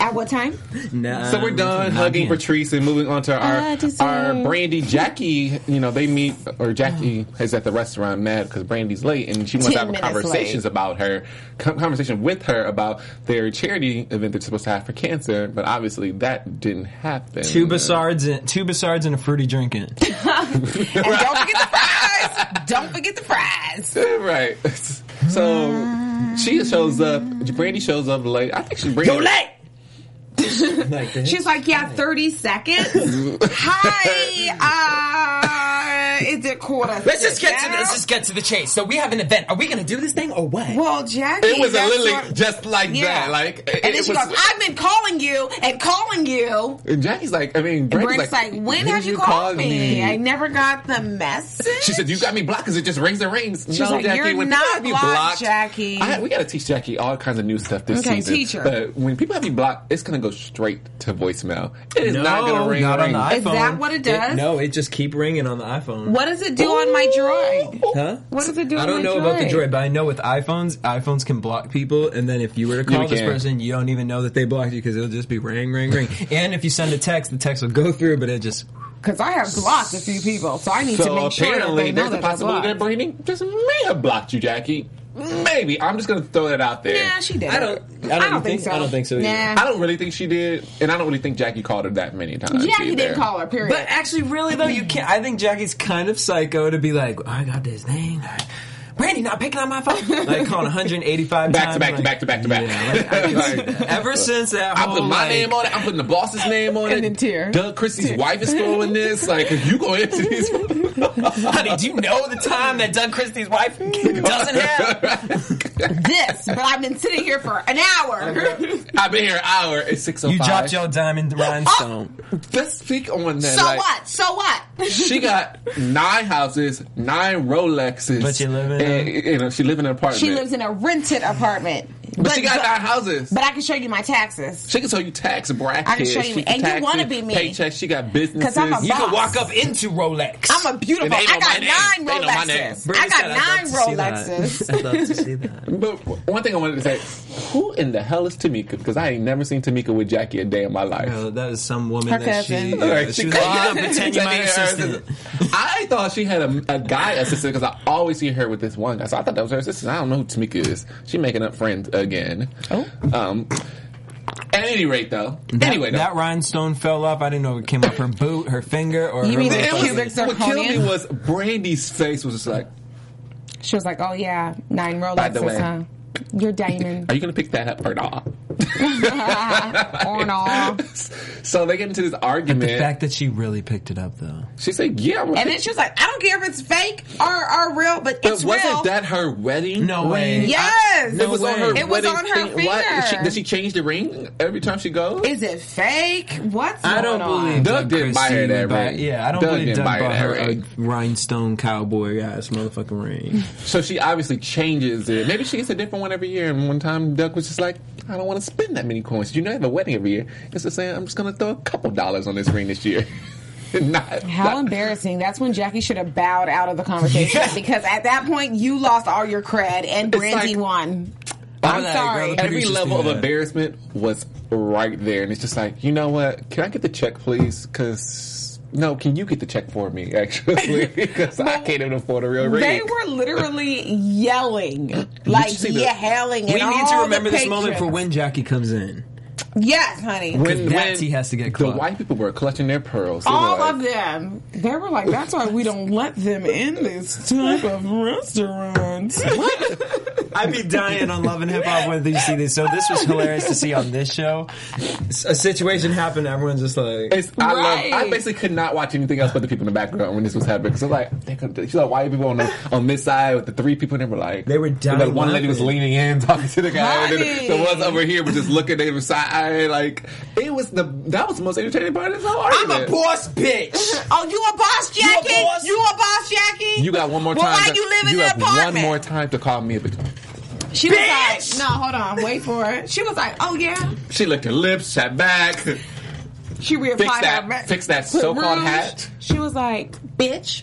Speaker 4: At what time?
Speaker 6: Nah,
Speaker 5: So we're done hugging
Speaker 6: again.
Speaker 5: Patrice and moving on to
Speaker 4: I
Speaker 5: our
Speaker 4: deserve-
Speaker 5: our Brandy Jackie. You know they meet or Jackie is at the restaurant mad because Brandy's late and she wants to
Speaker 4: Ten
Speaker 5: have
Speaker 4: minutes
Speaker 5: conversations about her con- conversation with her about their charity event they're supposed to have for cancer, but obviously that didn't happen.
Speaker 6: Two Bassards, in, two Bassards and a fruity drinking.
Speaker 4: And don't forget the fries. Don't forget the fries.
Speaker 5: right? So she shows up. Brandy shows up late. I think she Brandy.
Speaker 4: She's like, yeah, 30 seconds. Hi, uh, it's a quarter.
Speaker 3: Let's just get to
Speaker 4: down.
Speaker 3: let's just get to the chase. So we have an event. Are we gonna do this thing or what?
Speaker 4: Well, Jackie,
Speaker 5: It was a
Speaker 4: that's
Speaker 5: literally
Speaker 4: what-
Speaker 5: just like
Speaker 4: Yeah.
Speaker 5: that. Like, it,
Speaker 4: and then
Speaker 5: it
Speaker 4: she
Speaker 5: was-
Speaker 4: goes, "I've been calling you and calling you."
Speaker 5: and Jackie's like, I mean, Brandy's
Speaker 4: Brent's like, "When have you, called me? I never got the message."
Speaker 5: She said, "You got me blocked because it just rings and rings." She's
Speaker 4: like, "You're
Speaker 5: when people
Speaker 4: not
Speaker 5: have you
Speaker 4: blocked, Jackie."
Speaker 5: I, we got to teach Jackie all kinds of new stuff this
Speaker 4: Okay,
Speaker 5: season.
Speaker 4: teach her.
Speaker 5: But when people have you blocked, it's gonna go straight to voicemail. It is
Speaker 6: No,
Speaker 5: not gonna ring.
Speaker 6: not
Speaker 5: ring.
Speaker 6: on the iPhone.
Speaker 4: Is that what it does?
Speaker 6: no, it just keep ringing on the iPhone.
Speaker 4: What does it do on my droid?
Speaker 6: Huh?
Speaker 4: What does it do
Speaker 6: I
Speaker 4: on
Speaker 6: don't
Speaker 4: my
Speaker 6: know about the
Speaker 4: droid?
Speaker 6: droid, but I know with iPhones, iPhones can block people, and then if you were to
Speaker 5: Yeah,
Speaker 6: call
Speaker 5: we
Speaker 6: this
Speaker 5: can.
Speaker 6: person, you don't even know that they blocked you because it'll just be ring, ring, ring. and if you send a text, the text will go through, but it just
Speaker 4: Because I have blocked a few people, so I need to
Speaker 5: So
Speaker 4: make sure that
Speaker 5: apparently,
Speaker 4: they know
Speaker 5: there's a
Speaker 4: that I
Speaker 5: possibility that
Speaker 4: blocked.
Speaker 5: Brandy just may have blocked you, Jackie. Maybe I'm just gonna throw that out there.
Speaker 4: Nah, she did.
Speaker 6: I don't- I don't think- I don't think so either.
Speaker 4: Nah.
Speaker 5: I don't really think she did, and I don't really think Jackie called her that many times.
Speaker 4: Jackie
Speaker 5: either.
Speaker 4: didn't call her. Period.
Speaker 6: But actually, really though, you can't. I think Jackie's kind of psycho to be like, "Oh, I got this thing. Brandy not picking up my phone. Like calling 185
Speaker 5: Back
Speaker 6: times.
Speaker 5: to back to
Speaker 6: like,
Speaker 5: back to back to back.
Speaker 6: Yeah, like, I
Speaker 5: Like,
Speaker 6: Ever since that
Speaker 5: I
Speaker 6: whole
Speaker 5: put my
Speaker 6: like,
Speaker 5: name on it. I put the boss's name on
Speaker 4: And
Speaker 5: it.
Speaker 4: then tear.
Speaker 5: Doug Christie's wife is throwing this. Like, if you go into these,
Speaker 3: Honey, do you know the time that Doug Christie's wife doesn't have?
Speaker 4: this, but I've been sitting here for an hour.
Speaker 5: I've been here an hour. It's six oh
Speaker 6: You
Speaker 5: five.
Speaker 6: dropped your diamond rhinestone.
Speaker 5: Let's speak on that.
Speaker 4: so
Speaker 5: like,
Speaker 4: what? So what?
Speaker 5: She got nine houses, nine Rolexes.
Speaker 6: But she live in
Speaker 5: and, you know she live in an apartment.
Speaker 4: She lives in a rented apartment.
Speaker 5: but, she got
Speaker 4: but,
Speaker 5: nine houses.
Speaker 4: but I can show you my taxes.
Speaker 5: she can tell you tax brackets.
Speaker 4: I can show you-
Speaker 5: she
Speaker 4: and you
Speaker 5: tax
Speaker 4: wanna be me.
Speaker 5: Paycheck. She got businesses.
Speaker 4: 'Cause I'm a
Speaker 3: You can
Speaker 4: Boss.
Speaker 3: walk up into Rolex.
Speaker 4: I'm a beautiful.
Speaker 5: And they know
Speaker 4: I got
Speaker 5: my
Speaker 4: nine
Speaker 5: name. They know my name.
Speaker 4: Rolexes. I got nine Rolexes.
Speaker 6: I'd love to see that.
Speaker 5: But one thing I wanted to say: Who in the hell is Tamika? Because I ain't never seen Tamika with Jackie a day in my life.
Speaker 6: No, that is some woman
Speaker 4: Her
Speaker 6: that she,
Speaker 4: cousin.
Speaker 6: yeah,
Speaker 5: Like,
Speaker 6: she was like,
Speaker 5: called-
Speaker 6: "Yeah, pretend you're my
Speaker 5: Jackie Harris is-
Speaker 6: assistant.
Speaker 5: I thought she had a, a guy assistant because I always see her with this one guy. So I thought that was her assistant. I don't know who Tamika is. She making up friends again. Oh. Um, at any rate, though. anyway, though.
Speaker 6: That rhinestone fell off. I didn't know it came off her boot, her finger, or
Speaker 4: You
Speaker 6: her
Speaker 4: mean the
Speaker 5: it
Speaker 6: little
Speaker 4: cubic
Speaker 5: was,
Speaker 6: fuzzy.
Speaker 5: what killed me
Speaker 4: zirconium?
Speaker 5: was Brandy's face was just like,
Speaker 4: She was like, "Oh yeah, nine Rolexes,
Speaker 5: By the way.
Speaker 4: huh? You're diamond
Speaker 5: are you going to pick that up or not?
Speaker 4: or all."
Speaker 5: So they get into this argument.
Speaker 6: The fact that she really picked it up, though.
Speaker 5: She's like, yeah. I'm gonna
Speaker 4: And
Speaker 5: pick-
Speaker 4: then she was like, "I don't care if it's fake or or real, but
Speaker 5: but
Speaker 4: it's
Speaker 5: wasn't
Speaker 4: real."
Speaker 5: that her wedding?
Speaker 6: No way.
Speaker 4: yes,
Speaker 5: It was on her
Speaker 4: It was
Speaker 5: wedding
Speaker 4: on her
Speaker 5: thing. What? She,
Speaker 4: finger.
Speaker 5: did she change the ring every time she goes?
Speaker 4: Is it fake? What's
Speaker 6: I don't
Speaker 4: going on?
Speaker 6: believe
Speaker 5: Doug didn't buy her
Speaker 6: Christie
Speaker 5: that
Speaker 6: would buy-
Speaker 5: ring.
Speaker 6: Yeah, I don't
Speaker 5: Doug
Speaker 6: believe
Speaker 5: didn't
Speaker 6: Doug
Speaker 5: buy
Speaker 6: bought
Speaker 5: her
Speaker 6: her
Speaker 5: that
Speaker 6: a
Speaker 5: ring.
Speaker 6: rhinestone cowboy ass motherfucking ring.
Speaker 5: So she obviously changes it. Maybe she gets a different one every year. And one time, Doug was just like, I don't want to spend that many coins. You know, I have a wedding every year. It's just saying, I'm just going to throw a couple dollars on this ring this year. not,
Speaker 4: How
Speaker 5: not-
Speaker 4: embarrassing. That's when Jackie should have bowed out of the conversation because at that point you lost all your cred and
Speaker 5: It's
Speaker 4: Brandy
Speaker 5: like-
Speaker 4: won.
Speaker 6: All
Speaker 4: I'm
Speaker 6: that,
Speaker 4: sorry.
Speaker 6: girl.
Speaker 5: Every
Speaker 6: Producers
Speaker 5: level of
Speaker 6: do that.
Speaker 5: embarrassment was right there. And it's just like, you know what? Can I get the check, please? Because, no, can you get the check for me, actually? Because I can't even afford a real ring.
Speaker 4: They were literally yelling. Like
Speaker 5: see the-
Speaker 4: yelling.
Speaker 6: we need to remember this moment for when Jackie comes in.
Speaker 4: Yes, honey.
Speaker 5: when,
Speaker 6: That's- he has to get
Speaker 5: The
Speaker 6: caught.
Speaker 5: white people were clutching their pearls. They were
Speaker 4: all
Speaker 5: like,
Speaker 4: of them. They were like, that's why we don't let them in this type of restaurant.
Speaker 6: I'd be dying on Love and Hip Hop when you see this. So this was hilarious to see on this show. S- A situation happened. Everyone's just like,
Speaker 5: It's, I,
Speaker 4: Right.
Speaker 5: love, I basically could not watch anything else but the people in the background when this was happening. So like, they could, she's like, why are people on the, on this side with the three people? And they were like,
Speaker 6: They were dying
Speaker 5: Like one lady was
Speaker 6: laughing.
Speaker 5: leaning in talking to the guy, and
Speaker 4: Honey.
Speaker 5: then the ones over here were just looking at the side. Like it was the that was the most entertaining part of this whole argument.
Speaker 3: I'm a boss bitch.
Speaker 4: oh, you a boss, Jackie? You a boss,
Speaker 3: boss?
Speaker 4: Jackie?
Speaker 5: You got one more
Speaker 4: Well,
Speaker 5: time.
Speaker 4: why
Speaker 5: to-
Speaker 4: you live in
Speaker 5: you
Speaker 4: that
Speaker 5: have
Speaker 4: apartment?
Speaker 5: one more time to call me a bitch.
Speaker 4: She was
Speaker 3: Bitch!
Speaker 4: like, no, hold on, wait for it. She was like, oh yeah.
Speaker 5: She licked her lips, sat back, fixed
Speaker 4: She reapplied
Speaker 5: that,
Speaker 4: her ma-
Speaker 5: fixed that
Speaker 4: put
Speaker 5: so-called
Speaker 4: rouge.
Speaker 5: hat.
Speaker 4: She was like, bitch.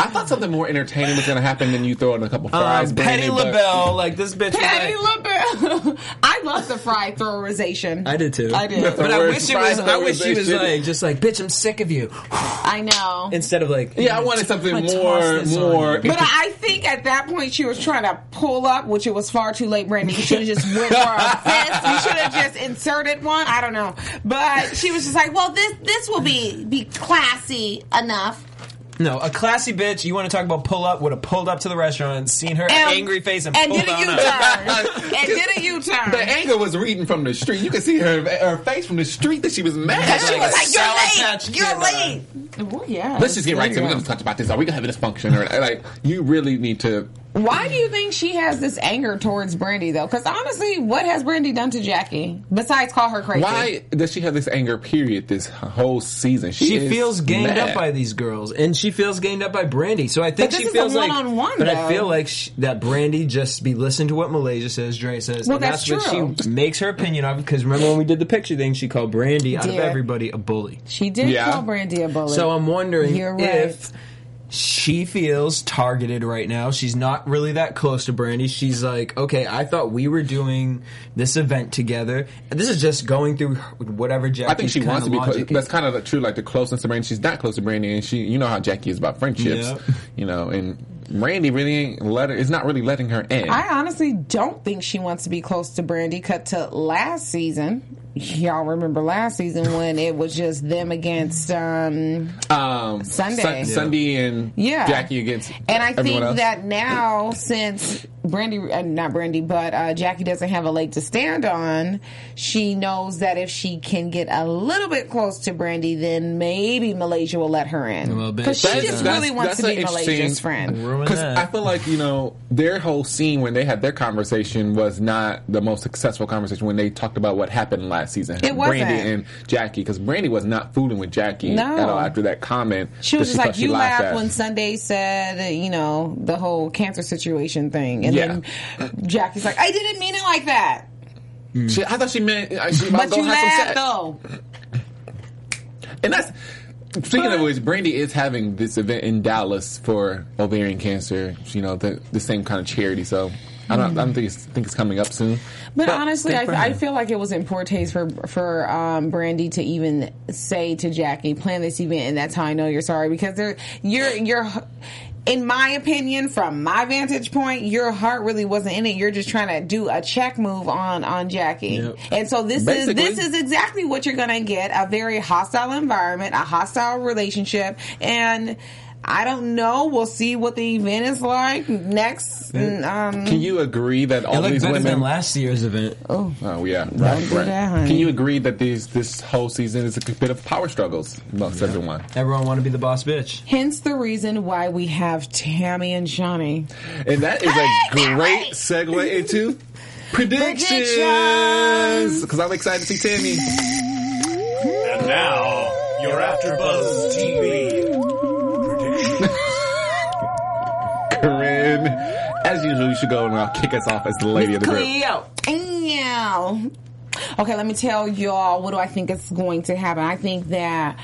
Speaker 5: I thought something more entertaining was going to happen than you throwing a couple fries.
Speaker 6: um,
Speaker 5: Brandy,
Speaker 6: Penny
Speaker 5: but-
Speaker 6: LaBelle, like this bitch. was
Speaker 4: Patty
Speaker 6: like-
Speaker 4: LaBelle. I love the fried throwerization.
Speaker 6: I did too.
Speaker 4: I did.
Speaker 6: But I
Speaker 5: Worst
Speaker 6: wish it was.
Speaker 5: five-star
Speaker 6: I wish she was
Speaker 5: relationship.
Speaker 6: like, just like, bitch, I'm sick of you.
Speaker 4: I know.
Speaker 6: Instead of like,
Speaker 5: Yeah, I wanted something
Speaker 6: I'm gonna
Speaker 5: more-
Speaker 6: toss this on
Speaker 5: more-
Speaker 6: you.
Speaker 4: but I think at that point she was trying to pull up, which it was far too late, Brandy. You should have just went for a fist. You should have just inserted one. I don't know. But she was just like, well, this this will be be classy enough.
Speaker 6: No, a classy bitch. You want to talk about pull up? Would have pulled up to the restaurant, seen her
Speaker 8: And-
Speaker 6: angry face, and,
Speaker 8: and
Speaker 6: pulled
Speaker 8: did a
Speaker 6: on
Speaker 8: U
Speaker 6: up.
Speaker 8: turn. and did a U turn.
Speaker 5: The anger was reading from the street. You could see her her face from the street that she was mad.
Speaker 8: She was like,
Speaker 9: Sour
Speaker 8: "You're
Speaker 9: Patch
Speaker 8: late. You're
Speaker 9: Kid,
Speaker 8: late."
Speaker 4: Well, yeah.
Speaker 5: Let's just get right to it. We're
Speaker 4: Yeah.
Speaker 5: going to talk about this. Are we going to have a dysfunction? Or, like, you really need to.
Speaker 4: Why do you think she has this anger towards Brandy though? Because honestly, what has Brandy done to Jackie besides call her crazy?
Speaker 5: Why does she have this anger period this whole season?
Speaker 6: She
Speaker 5: is
Speaker 6: feels gained
Speaker 5: mad.
Speaker 6: up by these girls, and she feels gained up by Brandy. So I think
Speaker 4: But this
Speaker 6: she
Speaker 4: is a
Speaker 6: feels like.
Speaker 4: one-on-one,
Speaker 6: but I
Speaker 4: though.
Speaker 6: feel like sh that Brandy just be listening to what Malaysia says, Dre says.
Speaker 4: Well,
Speaker 6: and
Speaker 4: that's true.
Speaker 6: what she makes her opinion of. Because remember when we did the picture thing, she called Brandy out of
Speaker 4: Dear.
Speaker 6: everybody a bully.
Speaker 4: She did
Speaker 5: Yeah.
Speaker 4: call Brandy a bully.
Speaker 6: So I'm wondering
Speaker 4: You're right.
Speaker 6: if she feels targeted right now. She's not really that close to Brandy. She's like, okay, I thought we were doing this event together. And this is just going through her- whatever Jackie's
Speaker 5: I think she
Speaker 6: kinda
Speaker 5: wants to be. Close.
Speaker 6: logic
Speaker 5: That's
Speaker 6: is.
Speaker 5: kind of the true, like the closeness to Brandy. She's not close to Brandy, and she, you know how Jackie is about friendships,
Speaker 6: Yeah.
Speaker 5: you know, and Brandy really ain't let her. It's not really letting her in.
Speaker 4: I honestly don't think she wants to be close to Brandy. Cut to last season. Y'all remember last season when it was just them against um
Speaker 5: um,
Speaker 4: Sunday.
Speaker 5: Sun- Sunday, and
Speaker 4: Yeah.
Speaker 5: Jackie against.
Speaker 4: And I
Speaker 5: everyone
Speaker 4: think
Speaker 5: else.
Speaker 4: that now, since Brandy, uh, not Brandy, but uh, Jackie doesn't have a leg to stand on, she knows that if she can get a little bit close to Brandy, then maybe Malaysia will let her in.
Speaker 6: little bit.
Speaker 4: Because she
Speaker 6: That's-
Speaker 4: just
Speaker 5: that's-
Speaker 4: really wants
Speaker 5: that's
Speaker 4: to
Speaker 5: an
Speaker 4: be Malaysia's
Speaker 5: interesting-
Speaker 4: friend.
Speaker 6: Ruin
Speaker 5: Because
Speaker 6: that.
Speaker 5: I feel like you know their whole scene when they had their conversation was not the most successful conversation when they talked about what happened last season.
Speaker 4: It wasn't.
Speaker 5: Brandy and Jackie because Brandy was not fooling with Jackie
Speaker 4: No.
Speaker 5: at all after that comment.
Speaker 4: She was
Speaker 5: that
Speaker 4: just
Speaker 5: thought
Speaker 4: like, you
Speaker 5: laughed
Speaker 4: laughed
Speaker 5: at."
Speaker 4: when Sunday said, uh, you know, the whole cancer situation thing. And
Speaker 5: Yeah.
Speaker 4: then Jackie's like, I didn't mean it like that.
Speaker 5: She, I thought she meant uh, she about
Speaker 4: But
Speaker 5: to go
Speaker 4: you
Speaker 5: have some
Speaker 4: laughed,
Speaker 5: sex.
Speaker 4: though.
Speaker 5: And that's speaking of which, Brandy is having this event in Dallas for ovarian cancer. You know, the, the same kind of charity. So I don't, I don't think it's, think it's coming up soon.
Speaker 4: But, honestly,
Speaker 6: good
Speaker 4: I,
Speaker 6: for
Speaker 4: I
Speaker 6: her.
Speaker 4: feel like it was in poor taste for for um, Brandy to even say to Jackie, "Plan this event," and that's how I know you're sorry because they're you're you're. In my opinion, from my vantage point, your heart really wasn't in it. You're just trying to do a check move on on Jackie,
Speaker 6: Yep.
Speaker 4: and so this
Speaker 5: Basically.
Speaker 4: is this is exactly what you're going to get: a very hostile environment, a hostile relationship, and. I don't know. We'll see what the event is like next. and, Um,
Speaker 5: Can you agree that
Speaker 6: It
Speaker 5: all
Speaker 6: looked
Speaker 5: these
Speaker 6: better than
Speaker 5: women?
Speaker 6: last year's event.
Speaker 5: Oh yeah, right.
Speaker 4: do
Speaker 5: right.
Speaker 4: that, honey.
Speaker 5: Can you agree that these this whole season is a bit of power struggles amongst everyone?
Speaker 6: Everyone want to be the boss bitch.
Speaker 4: Hence the reason why we have Tammy and Shawnee.
Speaker 5: And that is a great segue into predictions because I'm excited to see Tammy.
Speaker 2: And now, your AfterBuzz TV prediction.
Speaker 5: Corinne, as usual, you should go and uh, kick us off as the lady of the group.
Speaker 4: Cleo. Yeah. Okay, let me tell y'all what do I think is going to happen. I think that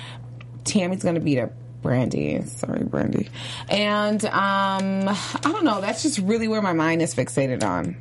Speaker 4: Tammy's going to beat up Brandy. Sorry, Brandy. And um, I don't know. That's just really where my mind is fixated on.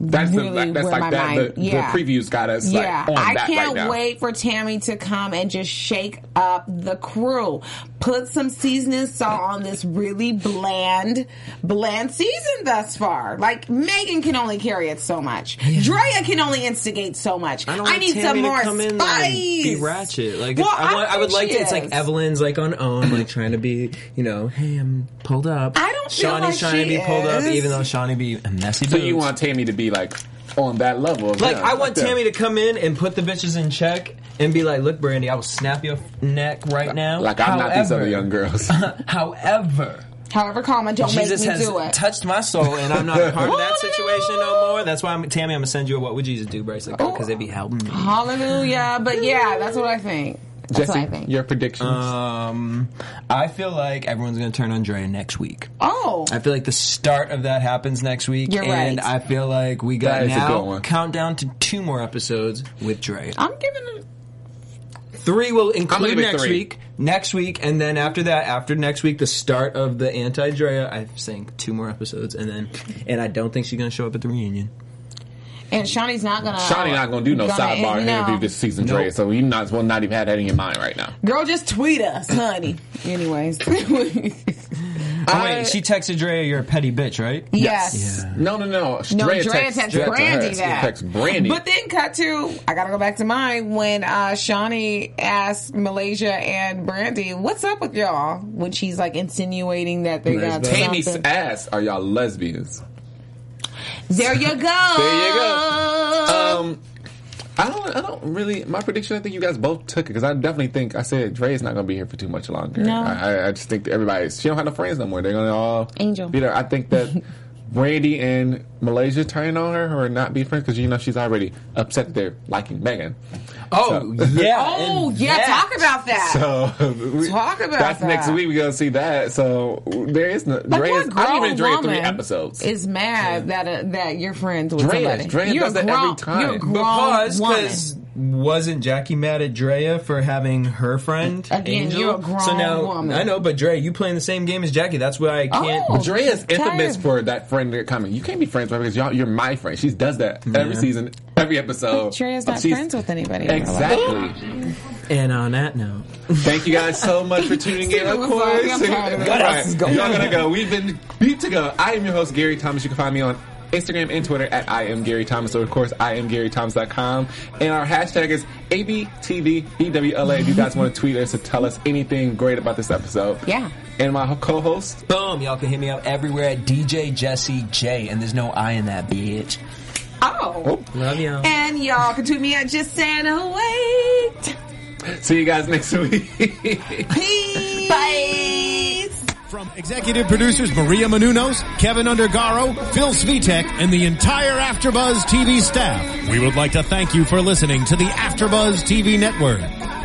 Speaker 5: That's the-
Speaker 4: really
Speaker 5: that's
Speaker 4: where my
Speaker 5: like that. The,
Speaker 4: mind- yeah.
Speaker 5: the previews got us like
Speaker 4: yeah,
Speaker 5: on
Speaker 4: I
Speaker 5: that
Speaker 4: can't
Speaker 5: right now.
Speaker 4: wait for Tammy to come and just shake up the crew. Put some seasoning salt on this really bland, bland season thus far. Like Megan can only carry it so much. Drea can only instigate so much. I,
Speaker 6: don't want
Speaker 4: need
Speaker 6: Tammy
Speaker 4: some
Speaker 6: to
Speaker 4: more
Speaker 6: come
Speaker 4: spice.
Speaker 6: in there and be ratchet. Like
Speaker 4: Well,
Speaker 6: I, want, I, would
Speaker 4: think
Speaker 6: like
Speaker 4: she
Speaker 6: to. It's like
Speaker 4: is.
Speaker 6: Evelyn's like on own, like trying to be, you know, hey, I'm pulled up.
Speaker 4: I don't feel
Speaker 6: Shawnee's
Speaker 4: like
Speaker 6: trying to
Speaker 4: she
Speaker 6: be pulled up,
Speaker 4: is.
Speaker 6: even though Shawnee be a messy.
Speaker 5: So
Speaker 6: boobs.
Speaker 5: you want Tammy to be like on that level? of
Speaker 6: Like
Speaker 5: them,
Speaker 6: I want
Speaker 5: them.
Speaker 6: Tammy to come in and put the bitches in check and be like, "Look, Brandy, I will snap your neck right now."
Speaker 5: Like I'm not these other young girls.
Speaker 6: However,
Speaker 4: However, Karma, don't make
Speaker 6: Jesus
Speaker 4: me
Speaker 6: has
Speaker 4: do it.
Speaker 6: touched my soul, and I'm not a part of that situation no more. That's why, I'm, Tammy, I'm gonna send you a "What Would Jesus Do" bracelet
Speaker 4: Oh.
Speaker 6: because it be helping me.
Speaker 4: Hallelujah. But yeah, that's what I think. That's what I
Speaker 5: Jesse,
Speaker 4: think.
Speaker 5: your predictions.
Speaker 6: Um, I feel like everyone's gonna turn on Dre next week.
Speaker 4: Oh.
Speaker 6: I feel like the start of that happens next week,
Speaker 4: You're
Speaker 6: and
Speaker 4: right.
Speaker 6: I feel like we
Speaker 5: That
Speaker 6: got
Speaker 5: is a good
Speaker 6: now
Speaker 5: one.
Speaker 6: countdown to two more episodes with Dre.
Speaker 4: I'm giving it.
Speaker 6: Three will include
Speaker 5: give it
Speaker 6: next
Speaker 5: three.
Speaker 6: week, next week, and then after that, after next week, the start of the anti Drea. I think two more episodes, and then, and I don't think she's gonna show up at the reunion.
Speaker 4: And Shawnee's not going to.
Speaker 5: Shawnee not gonna do no
Speaker 4: Gonna-
Speaker 5: sidebar
Speaker 4: no.
Speaker 5: interview this season, Dre. So you not well not even have that in your mind right now.
Speaker 4: Girl, just tweet us, honey. Anyways.
Speaker 6: Oh, wait, she texted Drea, "You're a petty bitch," right?
Speaker 4: Uh, Yes.
Speaker 5: No, no, no.
Speaker 4: No,
Speaker 5: Drea
Speaker 4: Drea texts
Speaker 5: Drea
Speaker 4: Brandy
Speaker 5: texts-
Speaker 4: that.
Speaker 5: Texts Brandy.
Speaker 4: But then cut to, I gotta go back to mine, when uh, Shawnee asked Malaysia and Brandy, what's up with y'all? When she's like insinuating that they got
Speaker 5: Tammy
Speaker 4: something.
Speaker 5: asked, "Are y'all lesbians?"
Speaker 4: There you go.
Speaker 5: There you go. Um, I don't. I don't really. My prediction. I think you guys both took it because I definitely think I said Dre is not going to be here for too much longer.
Speaker 4: No.
Speaker 5: I, I- I just think that everybody's. She don't have no friends no more. They're going to all
Speaker 4: Angel.
Speaker 5: Be there. I think that Brandy and Malaysia turning on her or not be friends because you know she's already upset they're liking Megan.
Speaker 6: Oh, yeah.
Speaker 4: Oh,
Speaker 6: and
Speaker 4: yeah,
Speaker 6: that-
Speaker 4: talk about that.
Speaker 5: Uh, So we-
Speaker 4: Talk about
Speaker 5: that's
Speaker 4: that.
Speaker 5: next week. We're gonna see that. So there is no.
Speaker 4: Like,
Speaker 5: Dre
Speaker 4: what
Speaker 5: is, I
Speaker 4: grown
Speaker 5: even Dre three
Speaker 4: woman
Speaker 5: episodes.
Speaker 4: Is mad that uh, that you're friends with
Speaker 5: Drea-
Speaker 4: somebody.
Speaker 5: Drea
Speaker 4: you're
Speaker 5: does that every
Speaker 4: grown,
Speaker 5: time.
Speaker 4: You're a grown
Speaker 6: Because,
Speaker 4: woman.
Speaker 6: because wasn't Jackie mad at Drea for having her friend
Speaker 4: Again,
Speaker 6: Angel?
Speaker 4: you're a grown
Speaker 6: so now
Speaker 4: woman.
Speaker 6: I know, but Dre, you playing the same game as Jackie. That's why I can't.
Speaker 4: Oh.
Speaker 5: Dre is infamous
Speaker 4: Tired.
Speaker 5: for that friend that comment. You can't be friends with her because y'all, you're my friend. She does that every season, every episode.
Speaker 4: Drea's not
Speaker 5: She's-
Speaker 4: friends with anybody. in real life.
Speaker 5: Exactly.
Speaker 6: And on that note,
Speaker 5: Thank you guys so much for tuning in. Of
Speaker 4: Steven was
Speaker 5: course,
Speaker 4: like, I'm tired of this.
Speaker 5: All right, y'all gotta go. We've been beat to go. I am your host Gary Thomas. You can find me on Instagram and Twitter at I am Gary Thomas. Or of course, I am GaryThomas.com. And our hashtag is E ABTVBWLA. If you guys want to tweet us to tell us anything great about this episode,
Speaker 4: Yeah.
Speaker 5: And my co-host,
Speaker 6: boom, y'all can hit me up everywhere at DJ Jesse J, and there's no I in that bitch.
Speaker 4: Oh.
Speaker 6: Love y'all.
Speaker 4: And y'all can tweet me at just saying wait.
Speaker 5: see you guys next week.
Speaker 4: Peace. Bye.
Speaker 1: From executive producers Maria Manunos, Kevin Undergaro, Phil Svitek, and the entire Afterbuzz TV staff, we would like to thank you for listening to the Afterbuzz TV network.